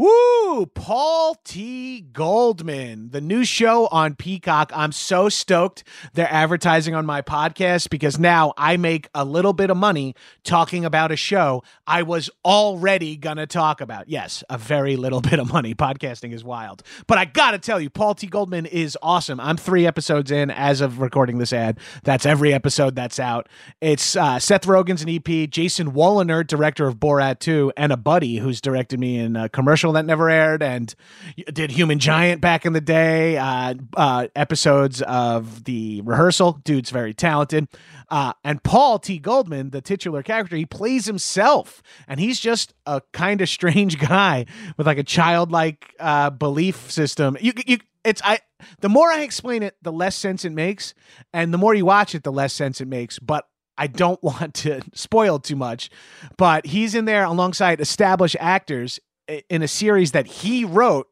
Woo! Paul T. Goldman, the new show on Peacock. I'm so stoked they're advertising on my podcast because now I make a little bit of money talking about a show I was already gonna talk about. Yes, a very little bit of money. Podcasting is wild. But I gotta tell you, Paul T. Goldman is awesome. I'm three episodes in as of recording this ad. That's every episode that's out. It's uh, Seth Rogen's an EP, Jason Walliner, director of Borat 2, and a buddy who's directed me in a commercial that never aired and did Human Giant back in the day, uh, uh, episodes of The Rehearsal. Dude's very talented. Uh, and Paul T. Goldman, the titular character, he plays himself. And he's just a kind of strange guy with like a childlike uh, belief system. You, you, it's I the more I explain it, the less sense it makes, and the more you watch it, the less sense it makes. But I don't want to spoil too much. But he's in there alongside established actors i- in a series that he wrote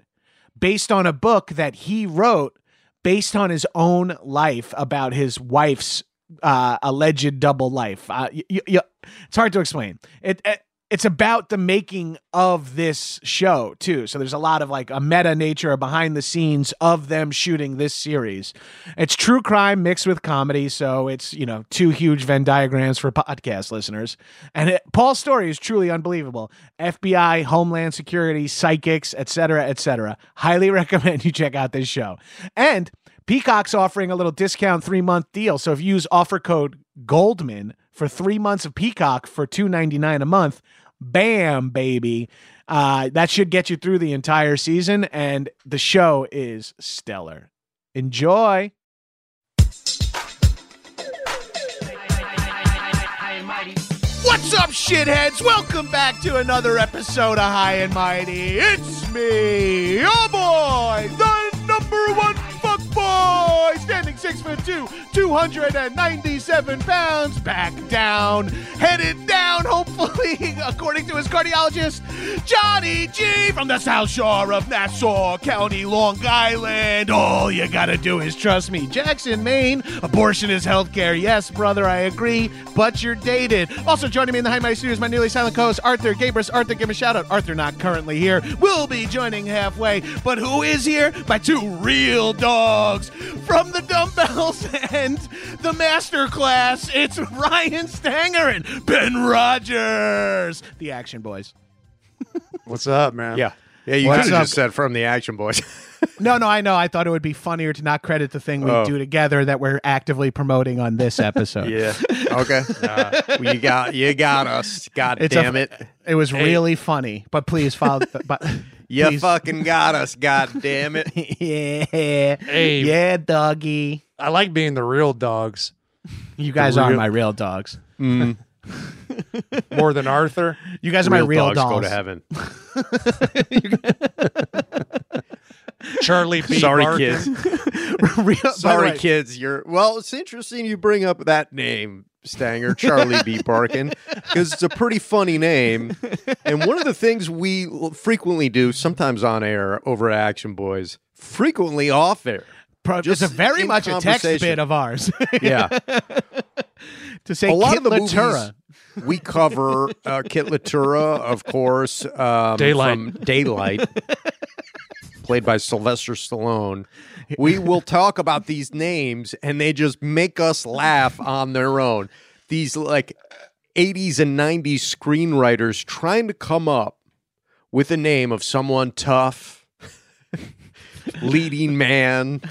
based on a book that he wrote based on his own life about his wife's uh, alleged double life. Uh, y- y- y- it's hard to explain. It, it it's about the making of this show too. So there's a lot of like a meta nature behind the scenes of them shooting this series. It's true crime mixed with comedy, so it's you know two huge Venn diagrams for podcast listeners. And it, Paul's story is truly unbelievable. FBI, Homeland Security, psychics, etc., etc. Highly recommend you check out this show. And Peacock's offering a little discount three month deal. So if you use offer code Goldman for three months of Peacock for two ninety nine a month, bam, baby. Uh, that should get you through the entire season, and the show is stellar. Enjoy. What's up, shitheads? Welcome back to another episode of High and Mighty. It's me, your boy, the number one fuckboy, standing six foot two, 297 pounds, back down, headed down, hopefully, according to his cardiologist, Johnny G from the South Shore of Nassau County, Long Island. All you gotta do is trust me. Jackson, Maine, abortion is healthcare. Yes, brother, I agree, but you're dated. Also joining me in the High Mighty Studios, my newly silent co-host, Arthur Gabrus. Arthur, give a shout out. Arthur, not currently here, will be joining halfway. But who is here? My two real dogs from the dumbbells and the master class. It's Ryan Stanger and Ben Rogers, the Action Boys. What's up, man? Yeah. Yeah, you What's could have up? just said from the Action Boys. No, no, I know. I thought it would be funnier to not credit the thing we Oh. do together that we're actively promoting on this episode. okay. Well, you got you got us. God It's a- damn it. It was really funny, but please follow. but You please. fucking got us. God damn it. yeah, Hey. yeah, doggy. I like being the real dogs You guys are real- my real dogs. more than Arthur. You guys are my real dogs dogs. go to heaven. Charlie B. Sorry, Barker. kids. Real- by the Sorry, way, kids. You're well. It's interesting you bring up that name, Stanger Charlie B. Barkin, because it's a pretty funny name. And one of the things we l- frequently do, sometimes on air over at Action Boys, frequently off air. Pro- Just it's a very in much a text conversation. bit of ours Yeah. to say a lot of the Kit movies Latura. we cover uh, Kit Latura, of course, um, Daylight. from Daylight, played by Sylvester Stallone. We will talk about these names, and they just make us laugh on their own. These like '80s and '90s screenwriters trying to come up with a name of someone tough, leading man,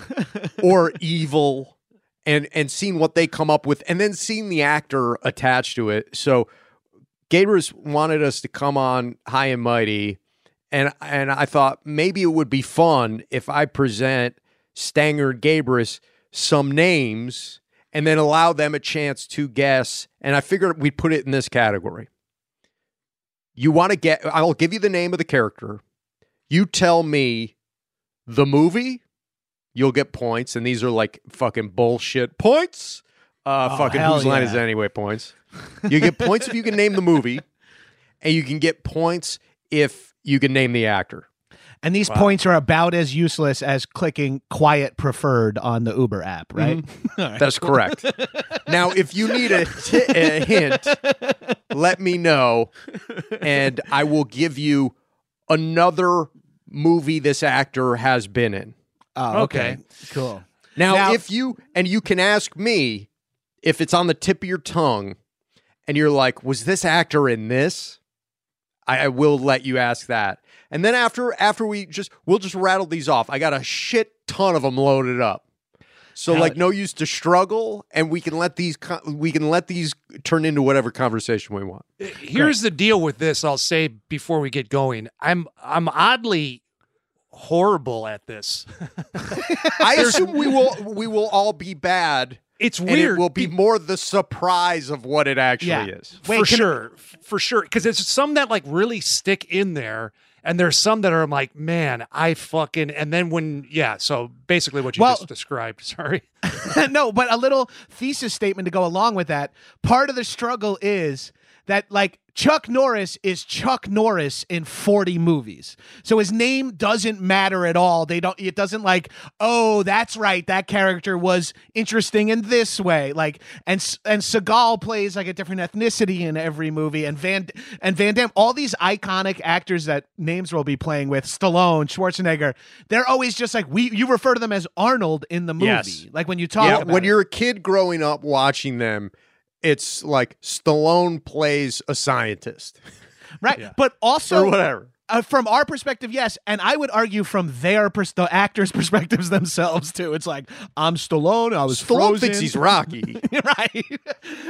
or evil and and seeing what they come up with and then seeing the actor attached to it so gators wanted us to come on high and mighty and and i thought maybe it would be fun if i present stanger and Gabrus some names and then allow them a chance to guess and i figured we'd put it in this category you want to get i'll give you the name of the character you tell me the movie you'll get points, and these are like fucking bullshit points. Uh, Oh, fucking hell whose line yeah. is it anyway? Points. You get points if you can name the movie, and you can get points if you can name the actor. And these points are about as useless as clicking quiet preferred on the Uber app, right? Mm-hmm. That's correct. now, if you need a, ti- a hint, let me know, and I will give you another movie this actor has been in. Oh, Okay. Cool. Now, Now- if you and you can ask me if it's on the tip of your tongue, and you're like, "Was this actor in this?" I, I will let you ask that, and then after after we just we'll just rattle these off. I got a shit ton of them loaded up, so Hell- like no use to struggle, and we can let these co- we can let these turn into whatever conversation we want. Uh, Here's the deal with this. I'll say before we get going, I'm I'm oddly horrible at this. I assume we will we will all be bad. It's And weird. it will be more the surprise of what it actually Yeah. is. Wait, for can- sure, f- for sure. Because there's some that like really stick in there, and there's some that are like, man, I fucking. And then when yeah, so basically what you Well- just described. Sorry. no, but a little thesis statement to go along with that. Part of the struggle is that like Chuck Norris is Chuck Norris in 40 movies. So his name doesn't matter at all. They don't it doesn't like, oh, that's right, that character was interesting in this way. Like and S- and Seagal plays like a different ethnicity in every movie and Van and Van Damme, all these iconic actors that names we'll be playing with, Stallone, Schwarzenegger, they're always just like we you refer to them as Arnold in the movie. Yes. Like when you talk yeah, about when it. you're a kid growing up watching them, it's like Stallone plays a scientist right, Yeah. but or also whatever. uh, from our perspective, yes, and I would argue from their pers- the actors' perspectives themselves too. It's like I'm Stallone. I was Stallone frozen. thinks he's Rocky. right He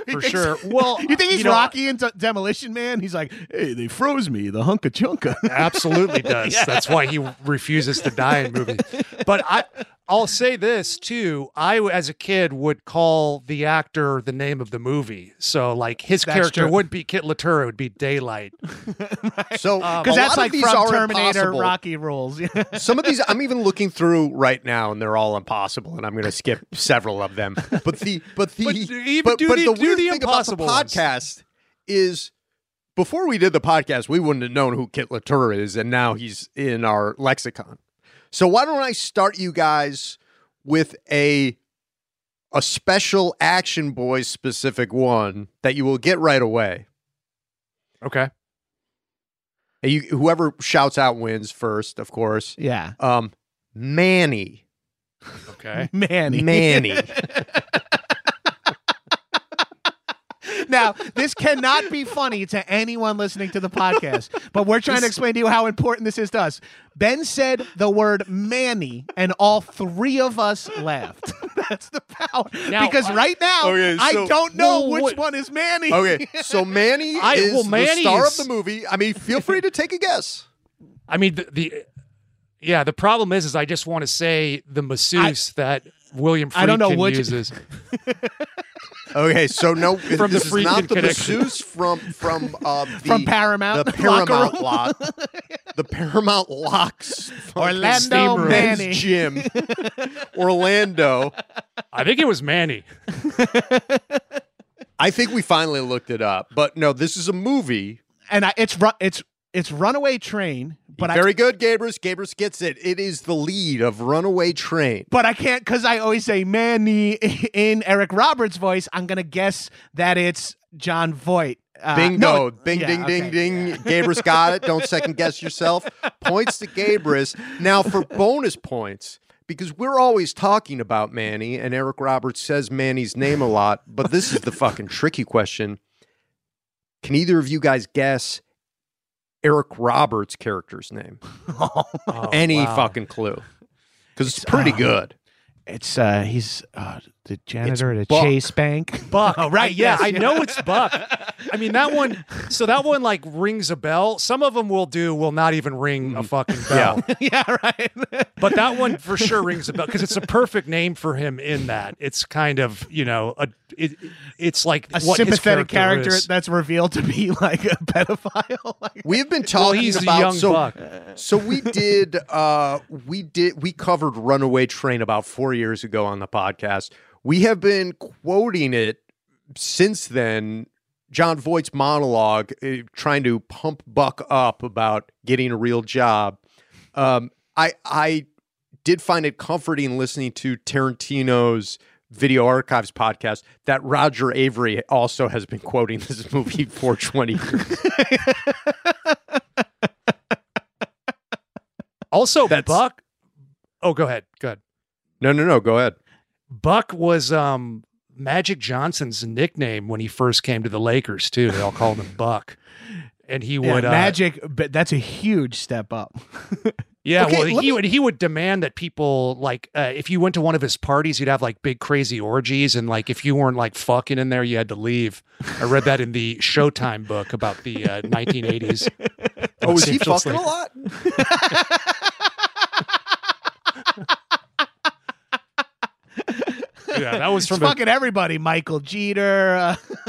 thinks- sure. Well, you think he's you know, Rocky in T- Demolition Man? He's like, hey, they froze me, the hunka chunka. Absolutely does. That's why he refuses to die in movies. But I, I'll say this too. I, as a kid, would call the actor the name of the movie. So, like, his That's character true. would be Kit Laturer. It would be Daylight. So Because that's like these from are Terminator impossible. Rocky rules. Some of these I'm even looking through right now, and they're all impossible. And I'm going to skip several of them. But the but the But even but, do but the- the do weird the thing about the impossible ones. podcast is before we did the podcast, we wouldn't have known who Kit Latour is, and now he's in our lexicon. So why don't I start you guys with a a special Action Boys specific one that you will get right away. Okay. And you, whoever shouts out wins first, of course. yeah, Um, Manny, Okay. Manny. Manny. Now, this cannot be funny to anyone listening to the podcast, but we're trying to explain to you how important this is to us. Ben said the word Manny, and all three of us laughed. That's the power. Now, because I- right now, Okay, I so- don't know Well, which what- one is Manny. Okay, so Manny I- is well, the Manny star is- of the movie. I mean, feel free to take a guess. I mean, the, the yeah. The problem is, is I just want to say the masseuse that William Friedkin I don't know which- uses. Okay, so no, from the this is not freaking the connection. masseuse from from uh, the, From Paramount the locker Paramount room. lock, the Paramount locks, fucking Orlando steam room. Men's Manny. gym, Orlando. I think it was Manny. I think we finally looked it up, but no, this is a movie. And I, it's ru- it's It's Runaway Train, but I Very good, Gabrus. Gabrus gets it. It is the lead of Runaway Train. but I can't because I always say Manny in Eric Roberts' voice. I'm gonna guess that it's John Voight. Uh, Bingo. no, ding, yeah, ding, okay. ding, ding. Gabrus got it. Don't second guess yourself. Points to Gabrus. Now, for bonus points, because we're always talking about Manny, and Eric Roberts says Manny's name a lot, but this is the fucking tricky question. Can either of you guys guess Eric Roberts' character's name? Any wow. fucking clue? Because it's, pretty uh, good. It's uh, he's uh, the janitor at a Buck. Chase Bank. Buck. Oh, right. yeah, yes, I know it's Buck. I mean that one. So that one like rings a bell. Some of them will do, will not even ring a fucking bell. Mm. yeah. Right. But that one for sure rings a bell because it's a perfect name for him. In that, it's kind of you know a it, it's like a what his sympathetic character, is. that's revealed to be like a pedophile. like, We've been well, talking he's a about young so buck. so we did uh we did we covered Runaway Train about 4 years ago on the podcast. We have been quoting it since then. John Voight's monologue uh, trying to pump Buck up about getting a real job. Um I I did find it comforting listening to Tarantino's Video Archives podcast that Roger Avery also has been quoting this movie for 20 years. Also, That's- Buck. Oh, go ahead. Go ahead. No, no, no, go ahead. Buck was um Magic Johnson's nickname when he first came to the Lakers too. They all called him Buck, and he yeah, would uh, magic, but that's a huge step up. Yeah, Okay, well, let he me- would he would demand that people like uh, if you went to one of his parties, you'd have like big crazy orgies, and like if you weren't like fucking in there, you had to leave. I read that in the Showtime book about the uh, 1980s. Oh, was he Seems like- fucking a lot? Yeah, that was It's from a, fucking everybody. Michael Jeter.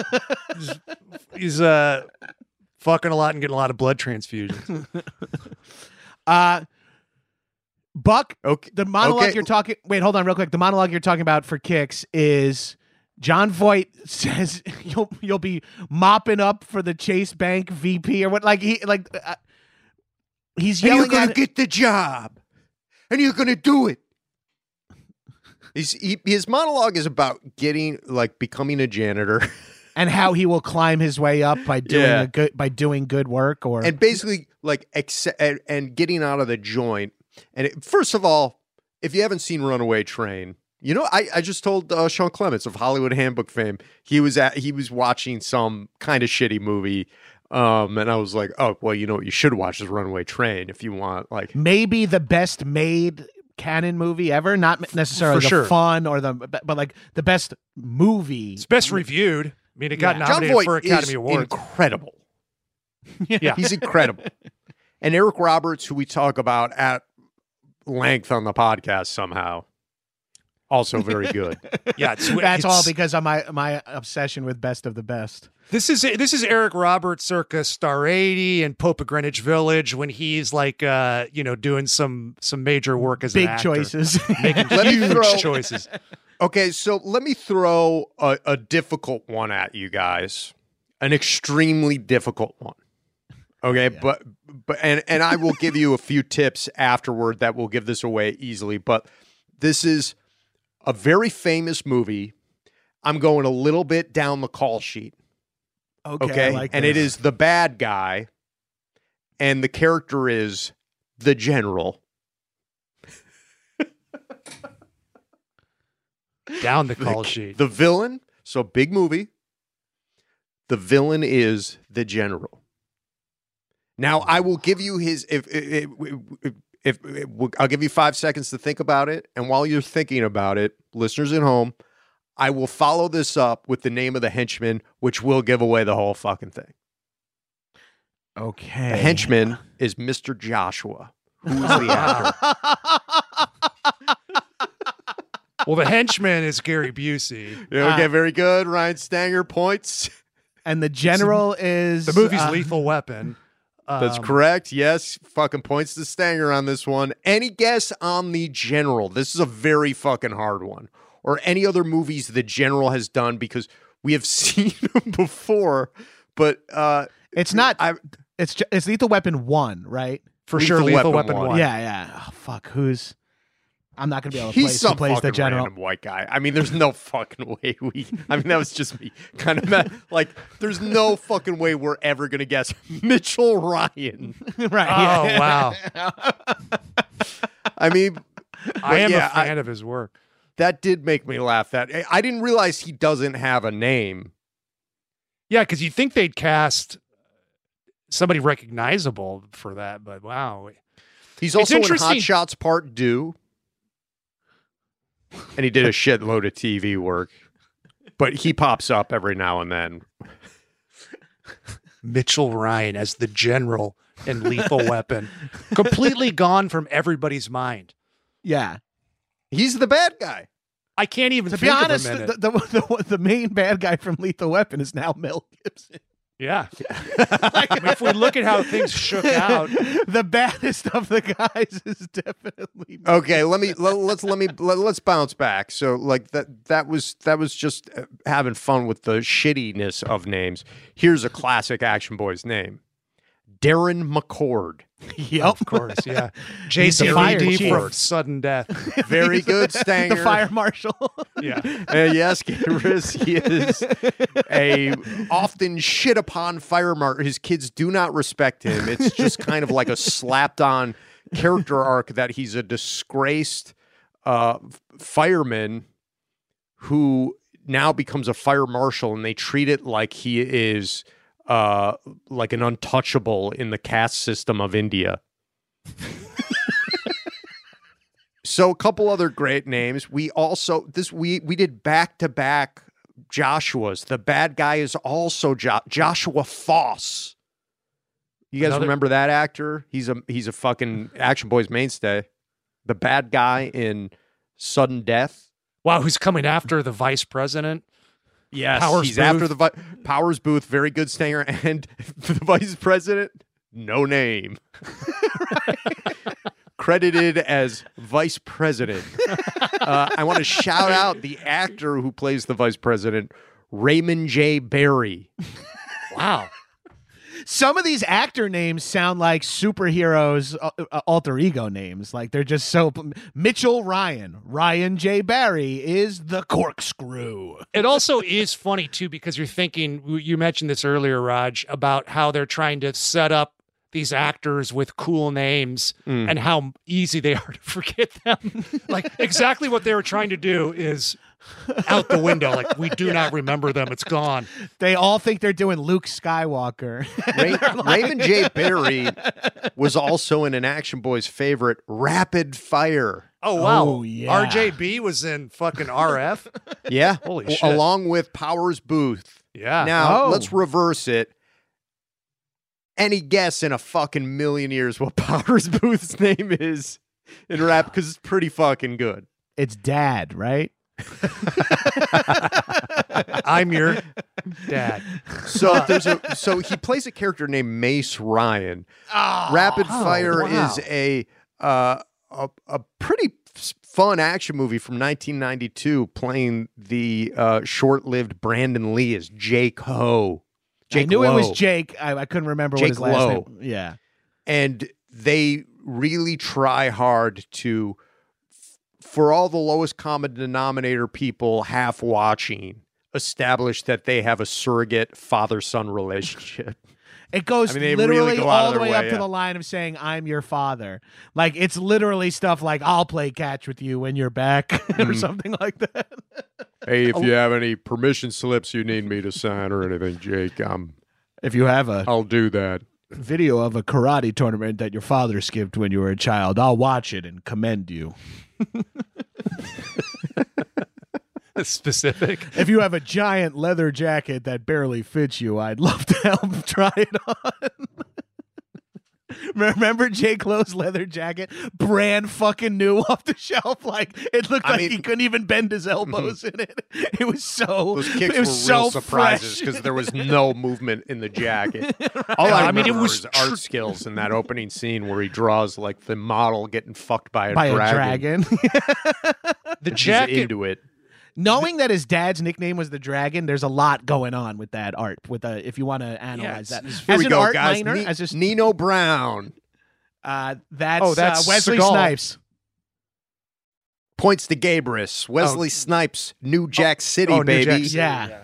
Uh, he's uh fucking a lot and getting a lot of blood transfusions. uh, Buck, Oh, Okay. the monologue Okay. you're talking. Wait, hold on, real quick. The monologue you're talking about for kicks is John Voight says you'll you'll be mopping up for the Chase Bank VP or what? Like he like uh, he's And you're yelling gonna at. get the job, and you're gonna do it. He's, he, his monologue is about getting like becoming a janitor, and how he will climb his way up by doing Yeah. a good by doing good work or and basically like acce- and, and getting out of the joint. And it, first of all, if you haven't seen Runaway Train, you know I, I just told uh, Sean Clements of Hollywood Handbook fame he was at he was watching some kind of shitty movie, um, and I was like, oh well, you know what you should watch is Runaway Train if you want like maybe the best made canon movie ever not necessarily for the sure. fun or the but, but like the best movie It's best reviewed. I mean, it got Yeah. John nominated Voight for Academy is Awards. incredible. Yeah. He's incredible. and Eric Roberts, who we talk about at length on the podcast somehow, also very good. yeah, it's, that's all it's- because of my my obsession with best of the best This is this is Eric Roberts circa Star 80 and Pope of Greenwich Village when he's like uh you know doing some some major work as big an actor. choices making Let me huge throw- choices. okay, so let me throw a, a difficult one at you guys. An extremely difficult one. Okay, but but and and I will give you a few tips afterward that will give this away easily, but this is a very famous movie. I'm going a little bit down the call sheet. okay, I Okay. like and it this. is the bad guy, and the character is the general. Down the The- call sheet. The villain, so big movie. The villain is the general. Now I will give you his if if, if, if, if I'll give you 5 seconds to think about it and while you're thinking about it, listeners at home, I will follow this up with the name of the henchman which will give away the whole fucking thing. okay The henchman is Mr. Joshua, who is the actor. well, the henchman is Gary Busey. Yeah, Ah. okay, very good. Ryan Stanger points. and the general is The movie's uh, Lethal Weapon. That's Um, correct. Yes, fucking points to Stanger on this one. Any guess on the general? This is a very fucking hard one. Or any other movies the general has done because we have seen him before, but uh it's not I It's ju- it's Lethal Weapon one, right? for Lethal sure. Lethal Weapon Weapon, one. One. Yeah, yeah. Oh, fuck, who's? I'm not gonna be able to He's place who some plays fucking the general. random white guy. I mean, there's no fucking way we. I mean, that was just me. Kind of mad. like, there's no fucking way we're ever gonna guess Mitchell Ryan. right. Oh wow! I mean, I am yeah, a fan of his work. that did make me laugh. That I- I didn't realize he doesn't have a name. Yeah, because you think they'd cast somebody recognizable for that, but wow. He's It's also in Hot interesting. Shots Part Two, and he did a shitload of TV work, but he pops up every now and then. Mitchell Ryan as the general in Lethal Weapon, completely gone from everybody's mind. Yeah. He's the bad guy. I can't even To be think of honest, him in it. the, the, the, the main bad guy from Lethal Weapon is now Mel Gibson. yeah. I mean, if we look at how things shook out, the baddest of the guys is definitely. Mel. Okay, let me let, let's let me let, us bounce back. So like that that was that was just uh, having fun with the shittiness of names. Here's a classic Action Boys name. Darren McCord. Yep. of course, yeah. He's the fire JCVD from chief. sudden death. Very good, the Stanger. fire marshal. Yeah. Uh, yes, Chris, he is a often shit upon fire marshal. His kids do not respect him. It's just kind of like a slapped on character arc that he's a disgraced uh, f- fireman who now becomes a fire marshal, and they treat it like he is uh, like an untouchable in the caste system of India. So a couple other great names. We also this we we did back to back Joshua's. The bad guy is also jo- Joshua Foss. You guys Another- remember that actor? He's a he's a fucking Action Boys mainstay. The bad guy in Sudden Death. Wow, who's coming after the vice president? Yes, Powers he's Booth. after the vi- Powers Booth. Very good stinger, and the vice president, no name, credited as vice president. uh, I want to shout out the actor who plays the vice president, Raymond J. Barry. Wow. Some of these actor names sound like superheroes' uh, uh, alter ego names. Like they're just so. Mitchell Ryan, Ryan J. Barry is the corkscrew. It also is funny too because you're thinking you mentioned this earlier, Raj, about how they're trying to set up these actors with cool names and how easy they are to forget them. like exactly what they were trying to do is out the window. Like we do not remember them. It's gone. They all think they're doing Luke Skywalker. Ray- Raymond J. Barry was also in an Action Boys favorite, Rapid Fire. Oh wow. Oh, yeah. RJB was in fucking RF. Yeah, Holy w- shit. along with Powers Booth. Yeah. Now Oh. let's reverse it. Any guess in a fucking million years what Powers Booth's name is in rap? Because it's pretty fucking good. it's Dad, right? I'm your dad. So there's a so he plays a character named Mace Ryan. Oh, Rapid Fire wow. is a uh, a a pretty s- fun action movie from 1992, playing the uh, short-lived Brandon Lee as Jake Ho. Jake I knew it was Lowe. Jake. I, I couldn't remember what Jake his last Lowe. name. Yeah. and they really try hard to f- for all the lowest common denominator people half watching establish that they have a surrogate father-son relationship It goes I mean, they really literally go out of all the their way, way, up yeah. to the line of saying "I'm your father." Like it's literally stuff like "I'll play catch with you when you're back" or something like that. hey if you have any permission slips you need me to sign or anything jake i'm If you have a i'll do that video of a karate tournament that your father skipped when you were a child, I'll watch it and commend you. Specific. If you have a giant leather jacket that barely fits you, I'd love to help try it on. Remember J. Lowe's leather jacket? Brand fucking new off the shelf. Like it looked I like mean- mm-hmm. he couldn't even bend his elbows in it. It was so those kicks it were was so real surprises fresh. because there was no movement in the jacket. All I, I mean, it mean, it was was art tr- skills in that opening scene where he draws like the model getting fucked by a by dragon. a dragon. The He's jacket into it. knowing that his dad's nickname was the dragon, there's a lot going on with that art. With uh, if you want to analyze it's- that, it's- Here as we an go, art guys. minor, Ni- as just Nino Brown uh, that's, Oh, that's uh, Wesley Seagal. Snipes. points to Gabrus, Oh. Wesley Snipes, New Jack City, oh, New baby. Jack City, Yeah.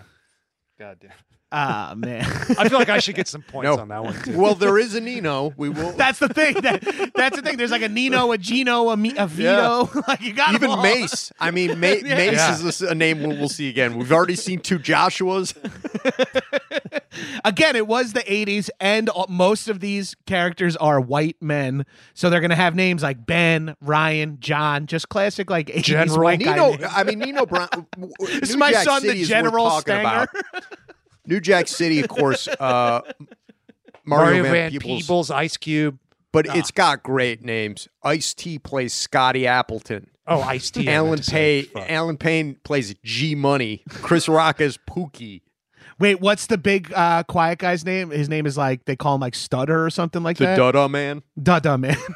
God damn. Ah man. I feel like I should get some points No. on that one too. well, there is a Nino. We will. That's the thing. That, that's the thing. There's like a Nino, a Gino, a, Mi- a Vito. like you got 'em even all. Mace. I mean, Ma- Mace Yeah. is a, s- a name we'll, we'll see again. We've already seen two Joshuas. Again, it was the 80s, and all- most of these characters are white men, so they're gonna have names like Ben, Ryan, John, just classic like 80s General. white guy Nino. names. I mean, Nino Brown. This This is my son, the General Stanger. New Jack City, of course. Uh, Mario Mario, Van, Peebles. Peebles. Ice Cube. But Ah. it's got great names. Ice T plays Scotty Appleton. Oh, Ice T. I meant Alan to say. Payne. Fuck. Alan Payne plays G Money. Chris Rock is Pookie. Wait, what's the big uh, quiet guy's name? His name is like they call him like Stutter or something like The that. Dada Man. Duh, duh, man.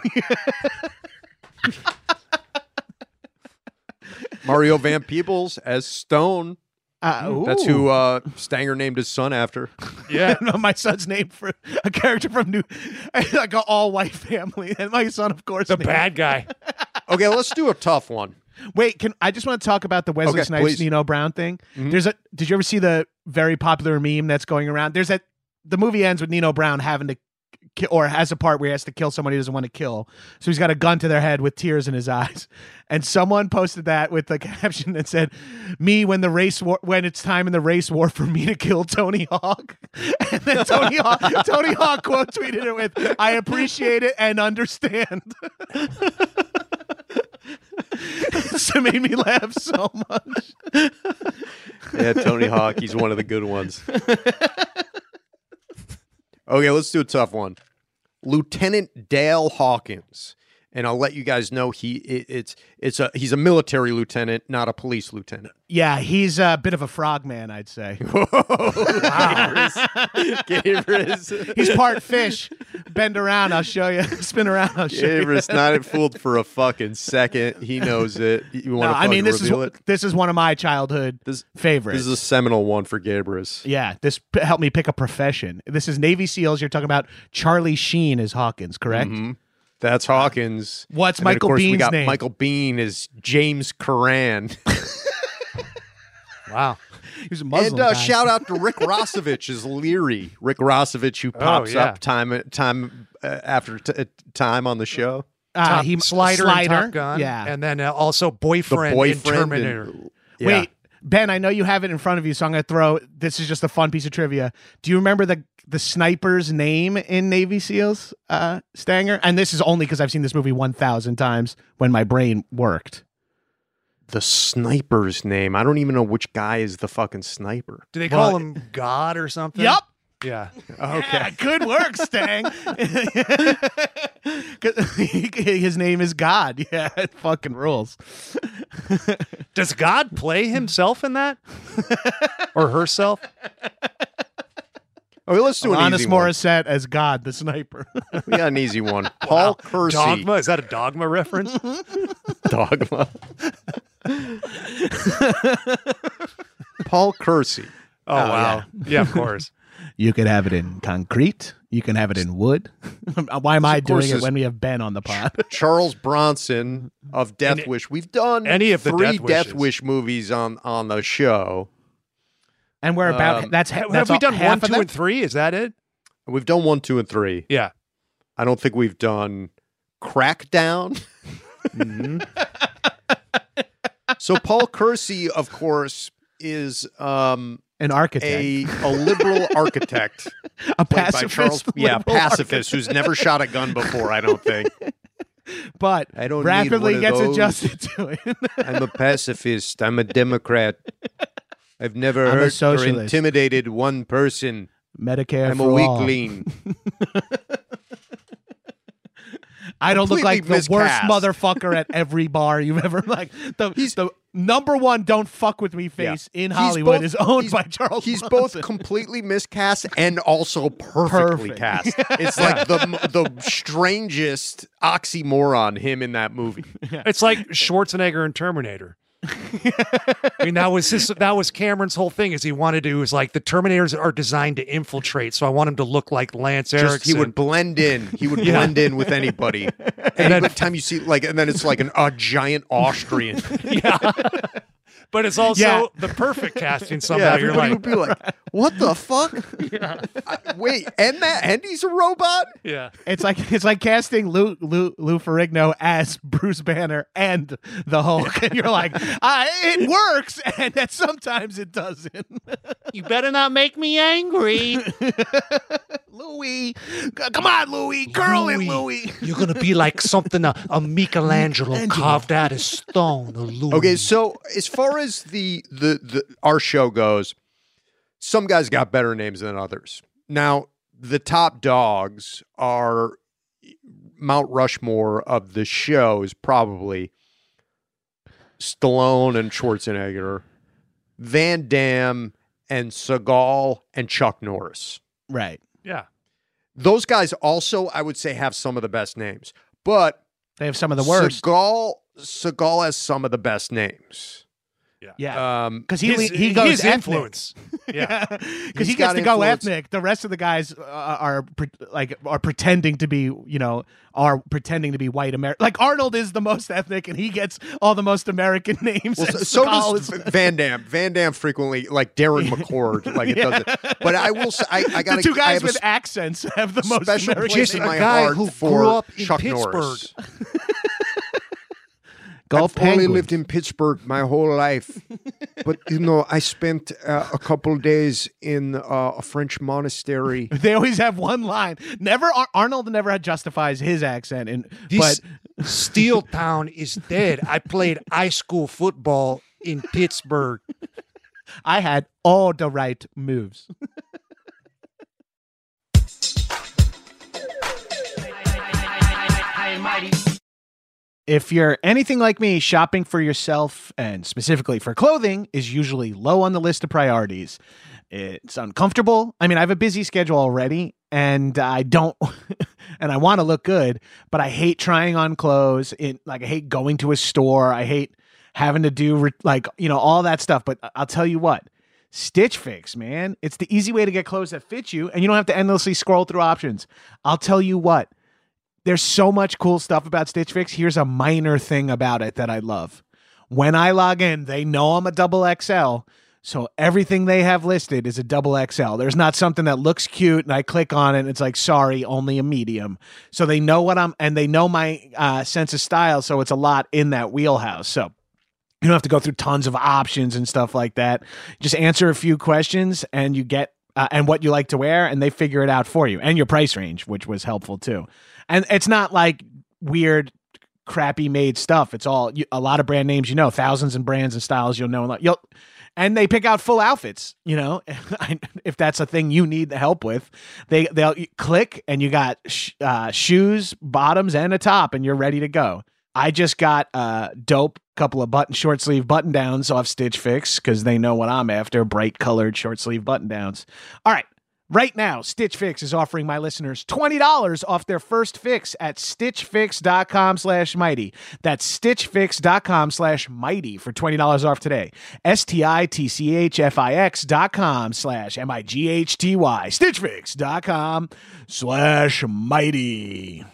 Mario Van Peebles as Stone. Uh, That's ooh. who uh, Stanger named his son after. Yeah. I don't know my son's name for a character from New, like an all white family, and my son, of course, The named- bad guy. Okay, let's do a tough one. Wait, can I just want to talk about the Wesley Okay, Snipes please. Nino Brown thing? Mhm. There's a. Did you ever see the very popular meme that's going around? There's that. The movie ends with Nino Brown having to, ki- or has a part where he has to kill someone he doesn't want to kill. So he's got a gun to their head with tears in his eyes, and someone posted that with the caption that said, "Me when the race war, when it's time in the race war for me to kill Tony Hawk," and then Tony Hawk, Tony Hawk quote tweeted it with, "I appreciate it and understand." so it made me laugh so much. Yeah, Tony Hawk. He's one of the good ones. okay, let's do a tough one. Lieutenant Dale Hawkins, and I'll let you guys know he it, it's it's a he's a military lieutenant, not a police lieutenant. Yeah, he's a bit of a frogman, I'd say. Gabrus, He's part fish. Bend around, I'll show you. Spin around, I'll show you. Gabrus, not fooled for a fucking second. He knows it. You No, want to I mean this is reveal wh- it? this is one of my childhood This- favorites. This is a seminal one for Gabrus. yeah, this p- helped me pick a profession. This is Navy SEALs. You're talking about Charlie Sheen is Hawkins, correct? Mm-hmm. That's Hawkins. What's And then, Michael of course, we Bean's got name? Michael Bean is James Curran. Wow. He was a Muslim. and uh, guy. shout out to Rick Rossovich as Leary. Rick Rossovich, Oh, who pops yeah. up time time uh, after t- uh, time on the show. Ah, Top- he- Slider, in Slider. Top Gun. Yeah. And then uh, also The boyfriend, in boyfriend. and- Terminator. yeah. Wait, Ben, I know you have it in front of you, so I'm going to throw. This is just a fun piece of trivia. Do you remember the the sniper's name in Navy SEALs, uh, Stanger? And this is only because I've seen this movie 1,000 times when my brain worked. the sniper's name. I don't even know which guy is the fucking sniper. Do they Well, call him God or something? Yup. Yeah. Oh, Yeah, good work, Stang. 'Cause His name is God. Yeah, it fucking rules. Does God play himself in that? or herself? Okay, let's do an Honest easy one. Morissette as God, the sniper. We got an easy one. Paul Kersey. Dogma? Is that a dogma reference? Dogma. Paul Kersey. Oh, wow. Yeah. of course. you could have it in concrete. You can have it in wood. Why am I course doing it it's- when we have Ben on the pod? Charles Bronson of Death Wish. We've done any of the three Death Death Wishes. Wish movies on on the show. And we're about Um, that's, Have, that's we all- done half one, of two, them? and three? Is that it? We've done one, two, and three. Yeah. I don't think we've done Crackdown. Mm-hmm. so Paul Kersey, of course, is um, an architect, a a liberal architect a, played by pacifist, Charles- yeah, liberal pacifist who's never shot a gun before. I don't think. architect, but I don't need one rapidly of gets those. adjusted to it. I'm a pacifist. I'm a Democrat. I've never I'm a hurt or socialist. intimidated one person. Medicare I'm for a all. weakling. I don't look like the Completely worst miscast. motherfucker at every bar you've ever like. The He's- the number one don't fuck with me face in He's Hollywood both- is owned he's- by Charles. He's Bronson. both completely miscast and also perfectly Perfect. cast. It's like the the strangest oxymoron him in that movie. It's like Schwarzenegger and Terminator. I mean, that was his, that was Cameron's whole thing is he wanted to is like the Terminators are designed to infiltrate, so I want him to look like Lance Erickson. Just he would blend in. He would Yeah. blend in with anybody. And Any then- time you see like, and then it's like an, a giant Austrian. yeah. but it's also Yeah. the perfect casting yeah, somehow. You're like, everybody would be like, "What the fuck? I- wait, and that and he's a robot? yeah. It's like it's like casting Lou Lou Lou Ferrigno as Bruce Banner and the Hulk, and you're like, uh, it works, and that sometimes it doesn't. You better not make me angry. Louis, c- come on, Louis, girl in Louis. You're gonna be like something a, a Michelangelo, carved out of stone. Or Louis. Okay, so as far as the, the the our show goes, some guys got better names than others. Now, the top dogs are Mount Rushmore of the show is probably Stallone and Schwarzenegger, Van Damme and Seagal and Chuck Norris. Right, yeah, Those guys also, I would say, have some of the best names. But they have some of the worst. Seagal, Seagal has some of the best names. yeah, Um, because he His- le- he goes his ethnic. influence. Yeah, Yeah, because he gets He's got to go influence. ethnic. The rest of the guys uh, are pre- like are pretending to be, you know, are pretending to be white American. Like Arnold is the most ethnic, and he gets all the most American names. Well, so, and so Seagal does is- V- Van Damme. Van Damme frequently, like Darren McCord, like it does it. But I will say, I, I got the two I guys have a with s- accents have the most special American place Just in a names. my guy heart who for grew up in Chuck Norris. Pittsburgh. Go I've only Penguins. lived in Pittsburgh my whole life, but you know, I spent uh, a couple days in uh, a French monastery. They always have one line. Never Ar- Arnold never had justifies his accent, and this but steel town is dead. I played high school football in Pittsburgh. I had all the right moves. If you're anything like me, shopping for yourself and specifically for clothing is usually low on the list of priorities. It's uncomfortable. I mean, I have a busy schedule already and I don't and I want to look good, but I hate trying on clothes. It like I hate going to a store. I hate having to do re- like, you know, all that stuff, but I- I'll tell you what. Stitch Fix, man. It's the easy way to get clothes that fit you and you don't have to endlessly scroll through options. I'll tell you what there's so much cool stuff about Stitch Fix. Here's a minor thing about it that I love. When I log in, they know I'm a double XL. So everything they have listed is a double XL. There's not something that looks cute and I click on it and it's like, sorry, only a medium. So they know what I'm, and they know my uh, sense of style. So it's a lot in that wheelhouse. So you don't have to go through tons of options and stuff like that. Just answer a few questions and you get uh, and what you like to wear and they figure it out for you and your price range, which was helpful too. And it's not like weird crappy made stuff. It's all you, a lot of brand names you know, thousands and brands and styles you'll know and like you'll and they pick out full outfits, you know, I- if that's a thing you need the help with. They they'll you click and you got sh- uh, shoes, bottoms and a top and you're ready to go. I just got a dope couple of button short sleeve button downs off Stitch Fix because they know what I'm after bright colored short sleeve button downs. All right. Right now, Stitch Fix is offering my listeners $20 off their first fix at stitchfix.com slash mighty. That's stitchfix.com slash mighty for $20 off today. S-T-I-T-C-H-F-I-X dot com slash M-I-G-H-T-Y. Stitchfix.com slash mighty.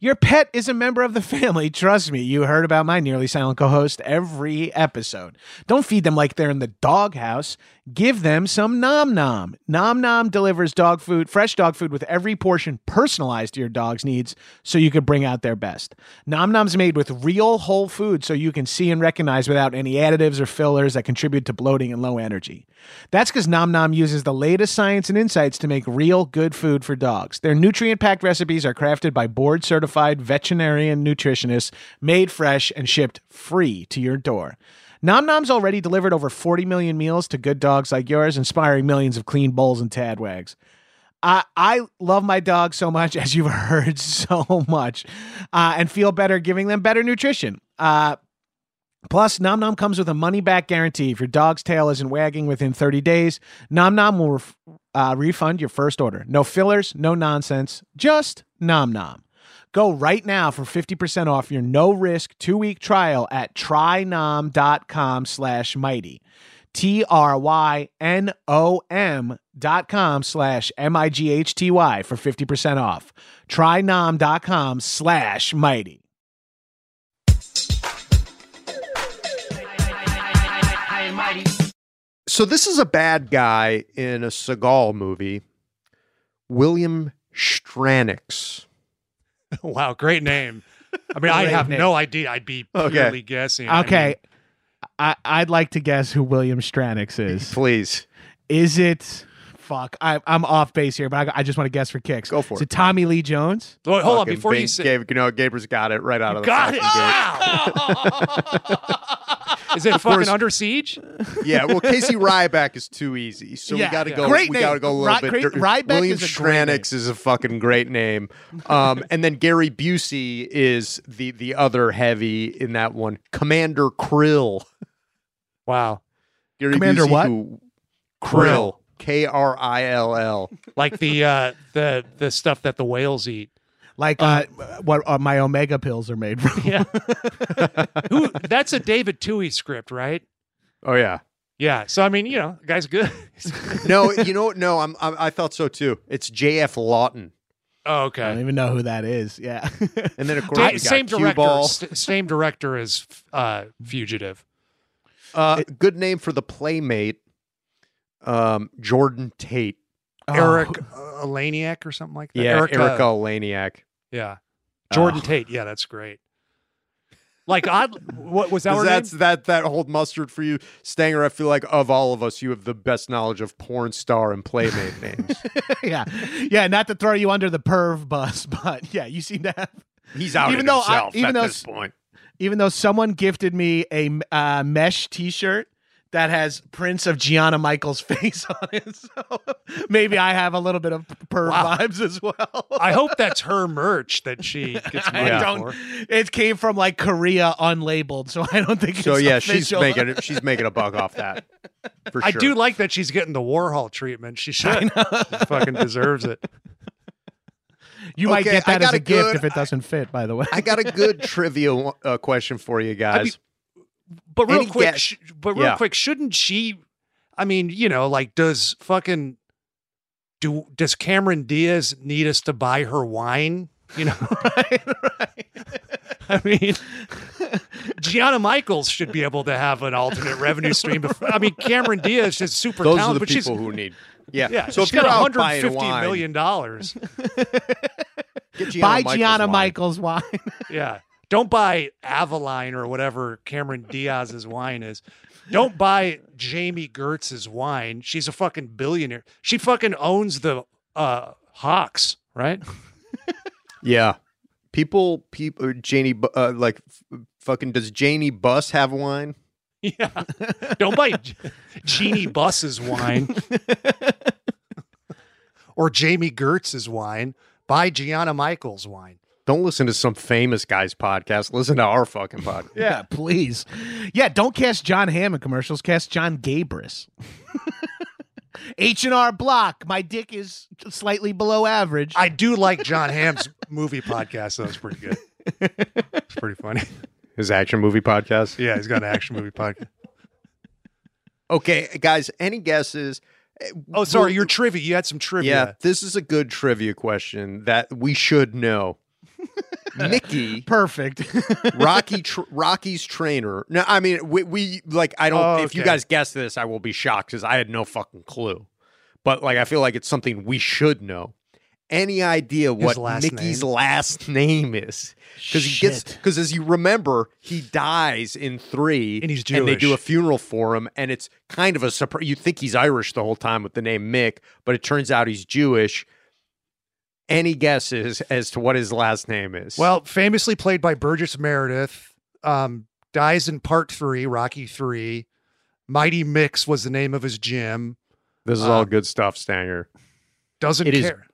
Your pet is a member of the family. Trust me, you heard about my nearly silent co host every episode. Don't feed them like they're in the doghouse. Give them some Nom Nom. Nom Nom delivers dog food, fresh dog food with every portion personalized to your dog's needs so you can bring out their best. Nom Nom's made with real whole food so you can see and recognize without any additives or fillers that contribute to bloating and low energy. That's because Nom Nom uses the latest science and insights to make real good food for dogs. Their nutrient packed recipes are crafted by board certified veterinarian nutritionists, made fresh and shipped free to your door. Nom Nom's already delivered over 40 million meals to good dogs like yours, inspiring millions of clean bowls and tadwags. I, I love my dog so much, as you've heard so much, uh, and feel better giving them better nutrition. Uh, Plus, Nom Nom comes with a money back guarantee. If your dog's tail isn't wagging within 30 days, Nom Nom will ref- uh, refund your first order. No fillers, no nonsense, just Nom Nom. Go right now for 50% off your no-risk two-week trial at trynom.com slash mighty. T-R-Y-N-O-M dot com slash M-I-G-H-T-Y for 50% off. Trynom.com slash mighty. So this is a bad guy in a Seagal movie, William Stranix. Oh, wow, great name. I mean, I Great have name. no idea. I'd be Okay. purely guessing. I Okay. mean, I, I'd like to guess who William Stranix is. Please Is it? Fuck, I, I'm off base here, but I, I just want to guess for kicks. Go for Is it. it Tommy Lee Jones? wait, hold on. Fucking Before you Bing- say, Gabe, no, Gabriel's got it right out of the got it. fucking gate. Wow. Is it course. fucking under siege? yeah, well, Casey Ryback is too easy, so Yeah. we got to Yeah. go. Great we name. got to go a little Ry- bit. great- dirt- Ryback William is a great name. Stranix is a fucking great name, um, and then Gary Busey is the the other heavy in that one. Commander Krill. Wow. Gary Commander Busey, what? who- Krill. K R I L L. Like the uh, the the stuff that the whales eat. Like uh, what uh, my omega pills are made from. Yeah. Who? That's a David Tui script, right? Oh yeah. Yeah. So I mean, you know, the guy's good. No, you know, no. I'm, I'm. I thought so too. It's J.F. Lawton, oh, I don't okay. even know who that is. Yeah. and then of course Da- we got same Cue director. Ball. s- same director as uh, Fugitive. Uh, good name for the playmate, um, Jordan Tate. Eric uh, Elaniak or something like that. Oh. uh, Yeah, Erica- Erica Laniak. Yeah. Uh, Jordan Tate. Yeah, that's great. Like odd. What was that? Does her that's name? that that hold mustard for you, Stanger? I feel like of all of us, you have the best knowledge of porn star and playmate names. yeah. Yeah. Not to throw you under the perv bus, but yeah, you seem to have. He's out Even though I- even though s- point. Even though someone gifted me a uh, mesh t shirt that has prints of Gianna Michaels' face on it. So maybe I have a little bit of perv Wow. vibes as well. I hope that's her merch that she gets money I Yeah. don't. for. It came from like Korea unlabeled, so I don't think So it's yeah, she's official. making it- she's making a buck off that. For I sure. do like that she's getting the Warhol treatment. She should. She fucking deserves it. You might Okay, get I that as got a a gift good- if it doesn't fit. By the way, I got a good trivia uh, question for you guys. But real Any quick, guess- sh- but real Yeah. quick, shouldn't she? I mean, you know, like does fucking do does Cameron Diaz need us to buy her wine? You know, I mean, Gianna Michaels should be able to have an alternate revenue stream. Before, I mean, Cameron Diaz is super Those are talented, the but people she's who need. Yeah. yeah, so she's if you're got out 150 buying million wine, dollars. get Gianna buy Michaels Gianna wine. Michaels wine. Yeah. Don't buy Avaline or whatever Cameron Diaz's wine is. Don't buy Jamie Gertz's wine. She's a fucking billionaire. She fucking owns the uh Hawks, right? Yeah. People, people, Janie, Bu- uh, like, f- fucking, does Janie Bus have wine? Yeah. Don't buy G- Jeannie Buss's wine or Jamie Gertz's wine. Buy Gianna Michaels wine. Don't listen to some famous guy's podcast. Listen to our fucking podcast. yeah, please. Yeah, don't cast John Hamm in commercials. Cast John Gabris. H and R Block. My dick is slightly below average. I do like John Hamm's movie podcast. That was pretty good. It's pretty funny. His action movie podcast. Yeah, he's got an action movie podcast. Okay, guys, any guesses? Oh, sorry, Well, your trivia. You had some trivia. Yeah, this is a good trivia question that we should know. Mickey, Perfect. Rocky, tr- Rocky's trainer. No, I mean we, we like I don't. Oh, If you okay. guys guess this, I will be shocked because I had no fucking clue. But like, I feel like it's something we should know. Any idea what last Mickey's name? last name is? Because he gets Shit. because as you remember, he dies in three, And he's And they do Jewish. a funeral for him, and it's kind of a surprise. You think he's Irish the whole time with the name Mick, but it turns out he's Jewish. Any guesses as to what his last name is? Well, famously played by Burgess Meredith, um, dies in part three, Rocky three. Mighty Mix was the name of his gym. this is uh, all good stuff, Stanger. Doesn't It is- care.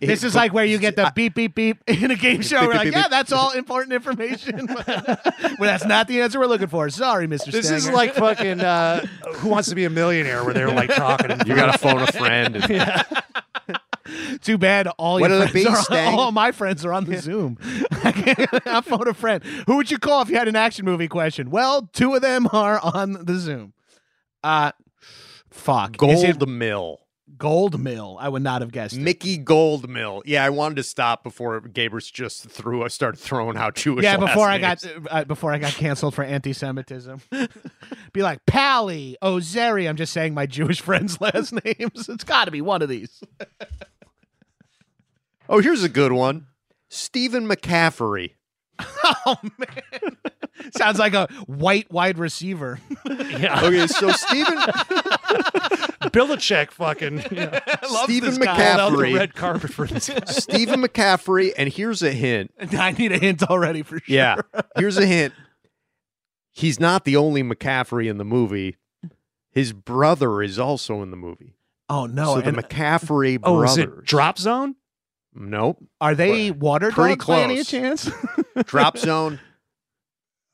this It- is like where you get the beep beep beep in a game show. beep, We're beep, like, beep, yeah, beep. that's all important information. well, that's not the answer we're looking for. Sorry, Mister. This is like fucking uh, Who Wants to Be a Millionaire, where they're like talking. You gotta phone a friend. And, Too bad all What'll your it be, friends are, Stang? all my friends are on the Zoom. I can't- I phone a friend. Who would you call if you had an action movie question? Well, two of them are on the Zoom. Uh fuck. Is it Gold Mill. gold mill. I would not have guessed. it. Mickey Goldmill. Yeah, I wanted to stop before Gabrus just threw. I started throwing out Jewish. Yeah, last before I names. got uh, before I got canceled for anti-Semitism, be like Pally Ozeri. I'm just saying my Jewish friends' last names. It's got to be one of these. Oh, here's a good one. Stephen McCaffrey. Oh man, sounds like a white wide receiver. Yeah. Okay, so Stephen Belichick fucking you know, Stephen this guy. Pulled out the McCaffrey. red carpet for this. Stephen McCaffrey, and here's a hint. I need a hint already for sure. Yeah, here's a hint. He's not the only McCaffrey in the movie. His brother is also in the movie. Oh no, so the and McCaffrey Oh, brothers. is it Drop Zone? nope. are they water Pretty dogs by any close. chance? Drop zone.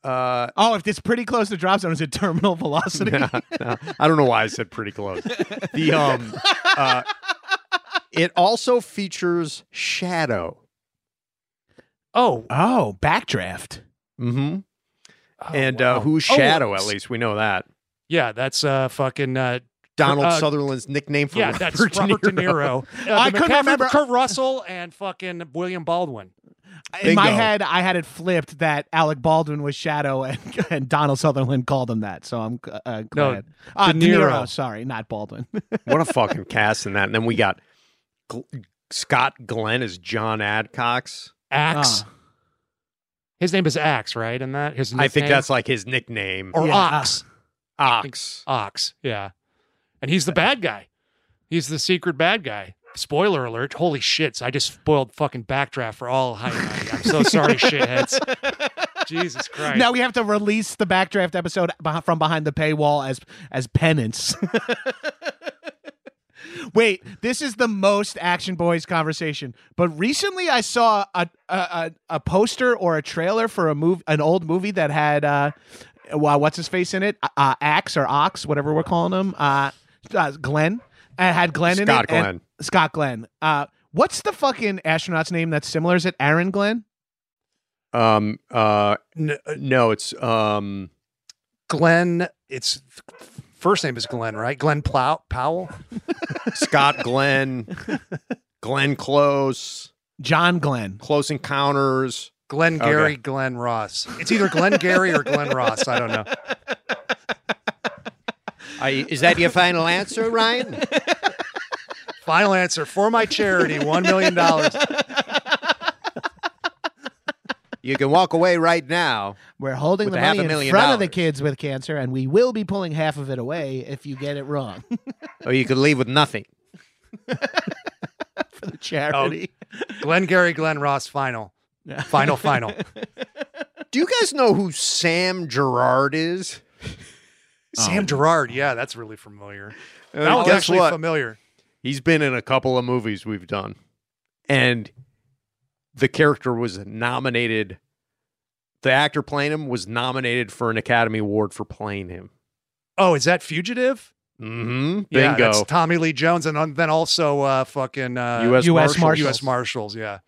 Uh, oh, if it's pretty close to drop zone, is it terminal velocity? No, no. I don't know why I said pretty close. The um, uh, it also features Shadow. Oh, Oh, backdraft. Mm-hmm. and wow. uh, who's Oh, Shadow? at s- least we know that Yeah, that's uh fucking uh Donald Uh, Sutherland's nickname for yeah, Robert that's De Robert De Niro. Uh, I the couldn't McCaffrey, remember- Kurt Russell and fucking William Baldwin. In my Bingo. head, I had it flipped that Alec Baldwin was Shadow and, and Donald Sutherland called him that. So I'm uh, glad. No, Uh, De De Niro. Niro. Sorry, not Baldwin. what a fucking cast in that. And then we got Gl- Scott Glenn as John Adcox. Axe. Uh. His name is Axe, right? And that his I think nickname? that's like his nickname. or Yeah, Ox. Ox. Ox, yeah. And he's the bad guy. He's the secret bad guy. Spoiler alert. Holy shits. I just spoiled fucking backdraft for all high and mighty. I'm so sorry, shitheads. Jesus Christ. Now we have to release the backdraft episode beh- from behind the paywall as as penance. Wait, this is the most Action Boys conversation. But recently, I saw a a, a, a poster or a trailer for a move, an old movie that had uh, wha- what's his face in it, uh, Axe or Ox, whatever we're calling him, uh, uh Glenn. It had Glenn in it. Scott and- Glenn. Scott Glenn. Uh, what's the fucking astronaut's name that's similar? Is it Aaron Glenn? Um. Uh. n- no, it's um. Glenn, it's first name is Glenn, right? Glenn Plow- Powell. Scott Glenn. Glenn Close. John Glenn. Close Encounters. Glenn Okay. Gary, Glenn Ross. It's either Glenn Gary or Glenn Ross. I don't know. I, is that your final answer, Ryan? Final answer for my charity, $1 million. You can walk away right now. We're holding With the a half money a in front million of the dollars. kids with cancer, and we will be pulling half of it away if you get it wrong Or you could leave with nothing. for the charity. Oh, Glenn Gary, Glenn Ross, final. Final, final. Do you guys know who Sam Gerard is? Oh, Sam Gerard. Yeah, that's really familiar. Uh, That was guess actually what? familiar. He's been in a couple of movies we've done. And the character was nominated. The actor playing him was nominated for an Academy Award for playing him. Oh, is that Fugitive? Mm-hmm. Bingo. Yeah, that's Tommy Lee Jones, and on- then also uh, fucking uh, U.S. US Marshal. Marshals. U.S. Marshals. Yeah,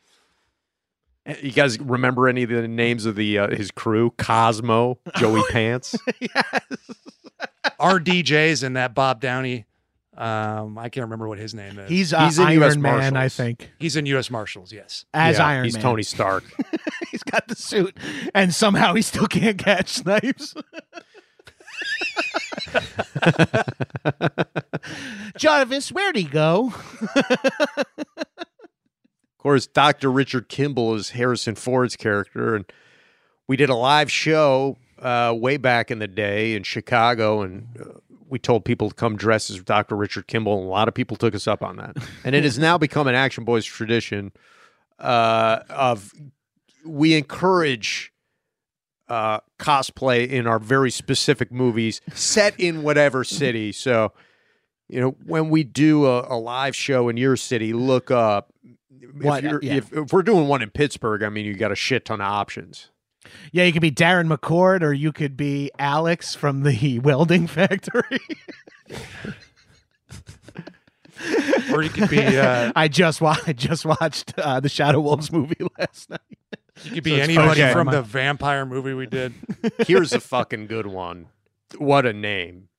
You guys remember any of the names of the uh, his crew? Cosmo, Joey Pants. our DJ's in that Bob Downey. Um, I can't remember what his name is. He's, uh, He's in Iron US Man, I Marshals. think, He's in U.S. Marshals. Yes. as Yeah, Iron he's Man. Tony Stark. He's got the suit, and somehow he still can't catch knives. Jarvis, where'd he go? Of course, Dr. Richard Kimball is Harrison Ford's character. And we did a live show uh, way back in the day in Chicago. And uh, we told people to come dress as Dr. Richard Kimball. And a lot of people took us up on that. And it has now become an Action Boys tradition uh, of we encourage uh, cosplay in our very specific movies set in whatever city. So, you know, when we do a, a live show in your city, look up. If, What- you're, yeah. if, if we're doing one in Pittsburgh, I mean, you got a shit ton of options. Yeah, you could be Darren McCord, or you could be Alex from the welding factory. or you could be uh, I just wa- I just watched uh, the Shadow Wolves movie last night. you could be So it's anybody okay. from the vampire movie we did. Here's a fucking good one. What a name.